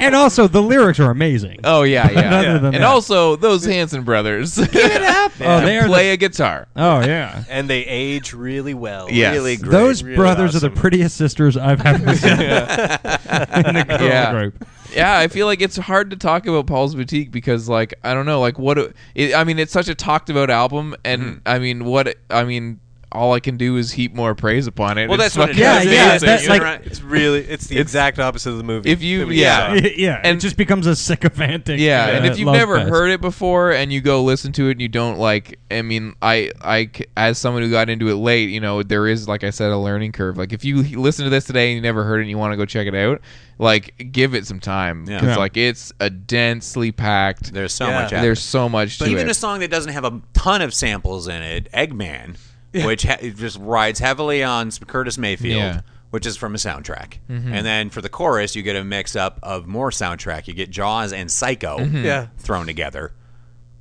S7: and also, the lyrics are amazing.
S6: Oh yeah, yeah.
S7: Other than
S6: And
S7: that.
S6: also those Hanson brothers. Get up.
S7: Oh, they are
S6: play a guitar.
S7: Oh yeah.
S8: And they age really well.
S6: Yes.
S5: Really great.
S7: Those
S8: really
S7: brothers are
S8: awesome.
S7: the prettiest sisters I've ever seen in a girl
S6: Yeah.
S7: group.
S6: Yeah, I feel like it's hard to talk about Paul's Boutique because, like, I don't know, like, what? do- It, I mean, it's such a talked about album, and I mean, what? I mean, all I can do is heap more praise upon it.
S5: Well,
S6: It's
S5: that's what it
S6: fucking
S7: yeah,
S5: is.
S7: yeah,
S5: It's-
S6: amazing.
S7: that's
S5: you're
S7: like-
S5: right.
S8: It's really it's the exact opposite of the movie.
S6: If you-
S8: that we just
S6: yeah.
S8: saw.
S7: Y- yeah,
S6: And-
S7: it just becomes a sycophantic.
S6: Yeah,
S7: uh,
S6: and if you've
S7: love
S6: never
S7: fest.
S6: heard it before and you go listen to it and you don't like, I mean, I, I, c- as someone who got into it late, you know, there is, like I said, a learning curve. Like, if you h- listen to this today and you never heard it and you want to go check it out, like, give it some time.
S5: Yeah.
S6: Because,
S7: Yeah.
S6: like, it's a densely packed,
S5: There's so
S8: Yeah.
S5: much. out
S6: there's so much
S5: But
S6: to
S5: even
S6: it.
S5: a song that doesn't have a ton of samples in it, Eggman, which ha- it just rides heavily on s- Curtis Mayfield,
S6: Yeah. Mm-hmm.
S5: which is from a soundtrack. And then for the chorus, you get a mix up of more soundtrack. You get Jaws and Psycho
S6: Mm-hmm.
S8: Yeah.
S5: thrown together.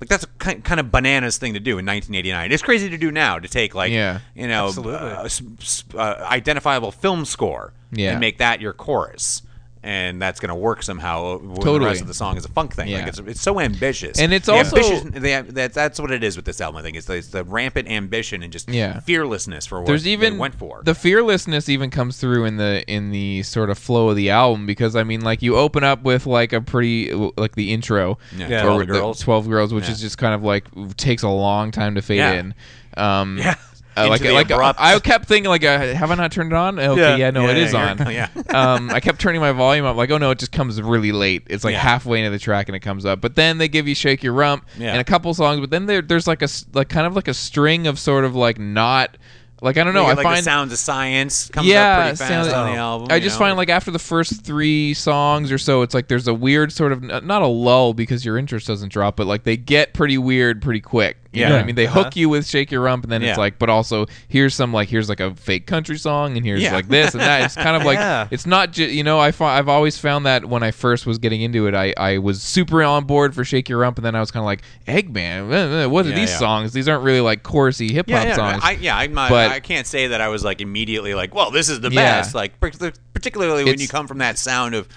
S5: Like that's a ki- kind of bananas thing to do in 1989. It's crazy to do now to take like
S6: Yeah.
S5: you know
S8: Absolutely.
S5: uh, s- s- uh, identifiable film score
S6: Yeah.
S5: and make that your chorus. And that's going to work somehow. When The
S6: Totally.
S5: rest of the song is a funk thing.
S6: Yeah.
S5: Like it's, it's so ambitious,
S6: And it's
S5: The
S6: also-
S5: ambitious- they, that, that's what it is with this album. I think it's the, it's the rampant ambition and just
S6: Yeah.
S5: fearlessness for what
S6: there's
S5: they
S6: even
S5: went for.
S6: the fearlessness even comes through in the in the sort of flow of the album because I mean like you open up with like a pretty like the intro
S5: Yeah,
S6: or
S5: 12
S6: the
S5: Girls.
S6: 12 girls which
S5: Yeah.
S6: is just kind of like takes a long time to fade
S5: Yeah.
S6: in um yeah
S5: Into
S6: like
S5: the
S6: like
S5: abrupt-
S6: I kept thinking like uh, have I not turned it on okay yeah,
S8: Yeah.
S6: no
S8: Yeah,
S6: it
S8: yeah,
S6: is
S8: you're-
S6: on
S5: yeah.
S6: um I kept turning my volume up like oh no it just comes really late it's like
S5: Yeah.
S6: halfway into the track and it comes up but then they give you shake your rump
S5: Yeah.
S6: and a couple songs but then there, there's like a s- like kind of like a string of sort of like not like I don't
S5: You
S6: know.
S5: get, like
S6: I
S5: the
S6: find
S5: sounds of science comes up pretty fast
S6: sounds-
S5: on the album.
S6: I
S5: you
S6: just
S5: know?
S6: find like after the first three songs or so, it's like there's a weird sort of n- not a lull because your interest doesn't drop, but like they get pretty weird pretty quick. You
S5: Yeah. Uh-huh.
S6: know what I mean they hook you with shake your rump, and then
S5: Yeah.
S6: it's like, but also here's some like here's like a fake country song, and here's
S5: Yeah.
S6: like this and that. It's kind of like
S8: Yeah.
S6: it's not just you know I fi- I've always found that when I first was getting into it, I I was super on board for shake your rump, and then I was kind of like Eggman, eh, eh, what are
S5: Yeah,
S6: these
S5: yeah.
S6: songs? These aren't really like chorusy hip hop
S5: yeah, yeah,
S6: songs.
S5: I, yeah, I'm not,
S6: but-
S5: I can't say that I was like immediately like, well, this is the
S6: Yeah.
S5: best. Like par- particularly when
S6: It's-
S5: you come from that sound of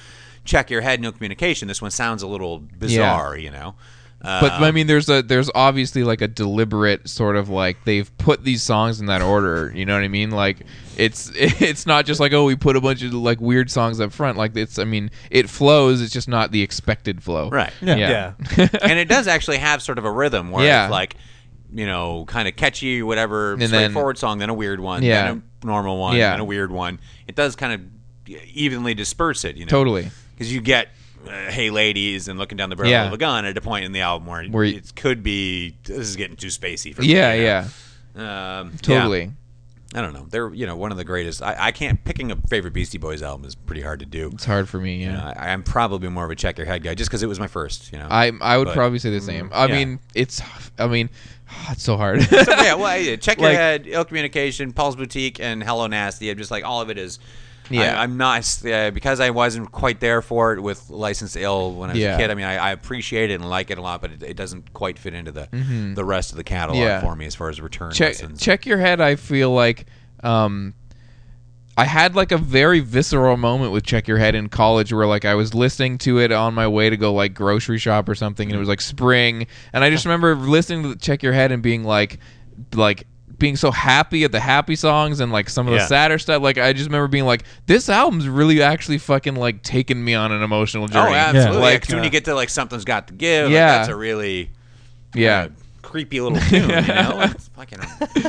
S5: check your head, no communication. This one sounds a little bizarre, you know. Uh,
S6: But I mean, there's a there's obviously like a deliberate sort of like they've put these songs in that order. You know what I mean? Like it's it's not just like oh we put a bunch of like weird songs up front. Like it's I mean it flows. It's just not the expected flow.
S5: Right.
S6: Yeah.
S8: Yeah.
S5: and it does actually have sort of a rhythm where
S6: Yeah.
S5: it's like, you know, kind of catchy, whatever,
S6: then-
S5: straightforward song, then a weird one,
S6: Yeah.
S5: then a normal one,
S6: Yeah.
S5: then a weird one. It does kind of evenly disperse it, you know.
S6: Totally.
S5: Because you get uh, Hey Ladies and Looking Down the Barrel
S6: Yeah.
S5: of a Gun at a point in the album where,
S6: Where you-
S5: it could be, this is getting too spacey for me.
S6: Yeah.
S5: you know?
S6: Yeah.
S5: Um, yeah.
S6: Totally.
S5: I don't know. They're, you know, one of the greatest. I, I can't, picking a favorite Beastie Boys album is pretty hard to do.
S6: It's hard for me. Yeah.
S5: You know, I, I'm probably more of a check your head guy just because it was my first, you know.
S6: I I would
S5: But- mm,
S6: probably say the same. I
S5: yeah.
S6: mean it's I mean it's so hard.
S5: So, yeah, well, yeah, check your
S6: Like-
S5: head, ill communication, Paul's boutique, and hello nasty. I'm just like all of it is.
S6: Yeah.
S5: I, I'm not uh, because I wasn't quite there for it with licensed ill when I was
S6: Yeah.
S5: a kid. I mean, I, I appreciate it and like it a lot, but it, it doesn't quite fit into the the rest of the catalog
S6: Mm-hmm. Yeah.
S5: for me as far as return
S6: check
S5: listens.
S6: check your head. I feel like um, I had like a very visceral moment with check your head in college, where like I was listening to it on my way to go like grocery shop or something, and it was like spring, and I just remember listening to check your head and being like, like being so happy at the happy songs and like some of the
S8: Yeah.
S6: sadder stuff like i just remember being like this album's really actually fucking like taking me on an emotional
S5: Oh,
S6: journey
S5: absolutely!
S6: Like, uh,
S5: Like, 'cause when you get to like something's got to give, like,
S6: Yeah.
S5: that's a really
S6: yeah
S5: uh, creepy little tune. You know, it's fucking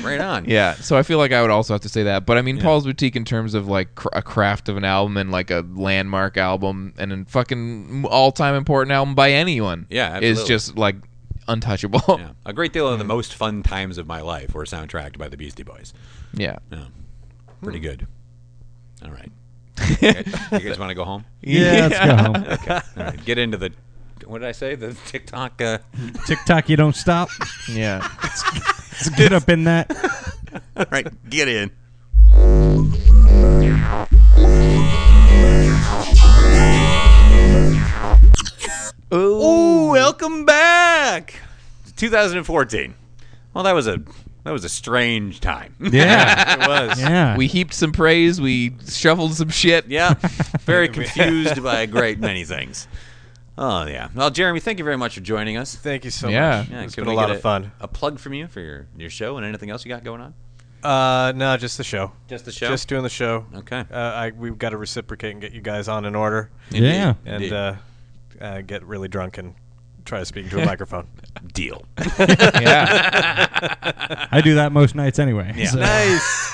S5: right on.
S6: Yeah, so I feel like I would also have to say that. But I mean, Paul's Boutique in terms of like cr- a craft of an album and like a landmark album and a fucking all time important album by anyone.
S5: Yeah,
S6: is
S5: absolutely.
S6: just like untouchable.
S5: Yeah. A great deal
S6: Mm.
S5: of the most fun times of my life were soundtracked by the Beastie Boys.
S6: Yeah.
S5: Yeah. Pretty good. All right. Hmm. you guys want to go home?
S7: Yeah, let's go home.
S5: Okay. All right. Get into the. What did I say? The TikTok. Uh,
S7: TikTok, you don't stop.
S6: Yeah.
S7: Let's get up in that.
S5: all right. Get in. Ooh, welcome back. 2014. Well, that was a that was a strange time.
S7: Yeah.
S8: It was.
S7: Yeah.
S6: we heaped some praise. We shuffled some shit.
S5: Yeah, very confused by a great many things. Oh yeah. Well, Jeremy, thank you very much for joining us.
S8: Thank you so
S6: Yeah.
S8: much.
S6: Yeah,
S8: it's
S5: can
S8: been a
S5: we
S8: lot
S5: get
S8: of fun.
S5: A plug from you for your, your show and anything else you got going on?
S8: Uh, no, just the show.
S5: Just the show.
S8: Just doing the show.
S5: Okay.
S8: Uh, I, we've got to reciprocate and get you guys on in order
S7: yeah.
S8: and
S5: Indeed.
S8: uh, uh, get really drunk and try to speak into a microphone.
S5: Deal.
S6: Yeah.
S7: I do that most nights anyway. so-
S8: nice.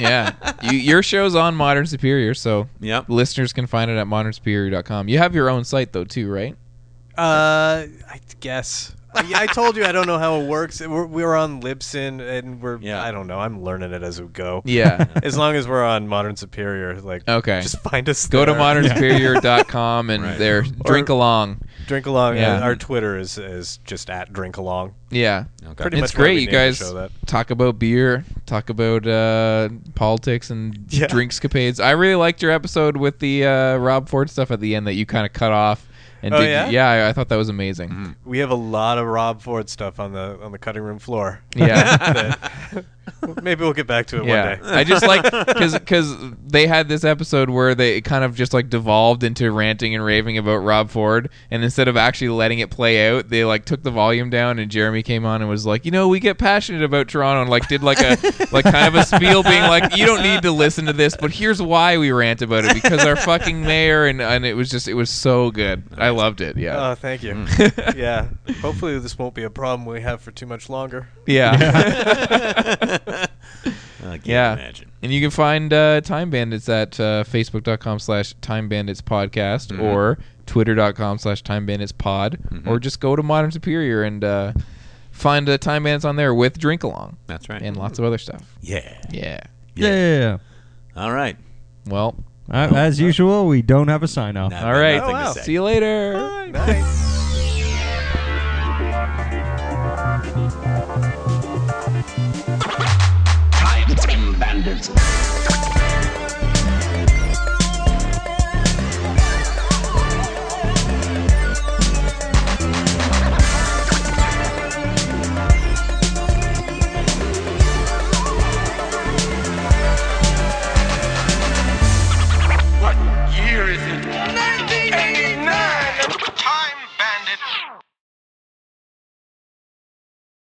S6: yeah. You, your show's on Modern Superior, so
S5: Yep.
S6: listeners can find it at modernsuperior.com. You have your own site, though, too, right?
S8: Uh, I guess. I, I told you I don't know how it works. We're, we're on Libsyn, and we're
S5: Yeah.
S8: I don't know. I'm learning it as we go.
S6: Yeah.
S8: As long as we're on Modern Superior, like
S6: Okay.
S8: just find us.
S6: Go to
S8: there.
S6: modernsuperior.com and
S5: Right.
S6: there, drink along.
S8: Drink along.
S6: Yeah.
S8: Uh, our Twitter is is just at drink along.
S6: Yeah.
S5: Okay.
S8: Pretty
S6: It's
S8: much why
S6: great.
S8: we
S6: You
S8: named the
S6: guys
S8: show that.
S6: talk about beer, talk about uh, politics and
S8: Yeah.
S6: drinks capades. I really liked your episode with the uh, Rob Ford stuff at the end that you kind of cut off. And
S8: Oh,
S6: did-
S8: yeah?
S6: I, I thought that was amazing.
S8: We have a lot of Rob Ford stuff on the on the cutting room floor.
S6: Yeah.
S8: Maybe we'll get back to it
S6: yeah.
S8: one day.
S6: I just like cuz cuz they had this episode where they it kind of just like devolved into ranting and raving about Rob Ford and instead of actually letting it play out, they like took the volume down and Jeremy came on and was like, "You know, we get passionate about Toronto." And like did like a like kind of a spiel being like, "You don't need to listen to this, but here's why we rant about it because our fucking mayor and and it was just it was so good. I loved it. Yeah.
S8: Oh, thank you.
S6: Mm.
S8: yeah. Hopefully this won't be a problem we have for too much longer.
S6: yeah.
S5: I can't
S6: Yeah.
S5: imagine.
S6: And you can find uh, Time Bandits at uh, facebook.com slash Time Bandits Podcast
S5: Mm-hmm.
S6: or twitter.com slash Time Bandits Pod or just go to Modern Superior and uh, find uh, Time Bandits on there with Drink Along
S5: That's right.
S6: and lots of other stuff.
S5: yeah.
S6: Yeah.
S7: Yeah.
S5: All right.
S6: Well,
S7: Uh, as usual, we don't have a sign off.
S5: Now I've
S6: all
S5: got
S6: right.
S5: nothing to say.
S6: See you later.
S3: Time Bandits.
S4: What year is it? 1989! Time Bandit.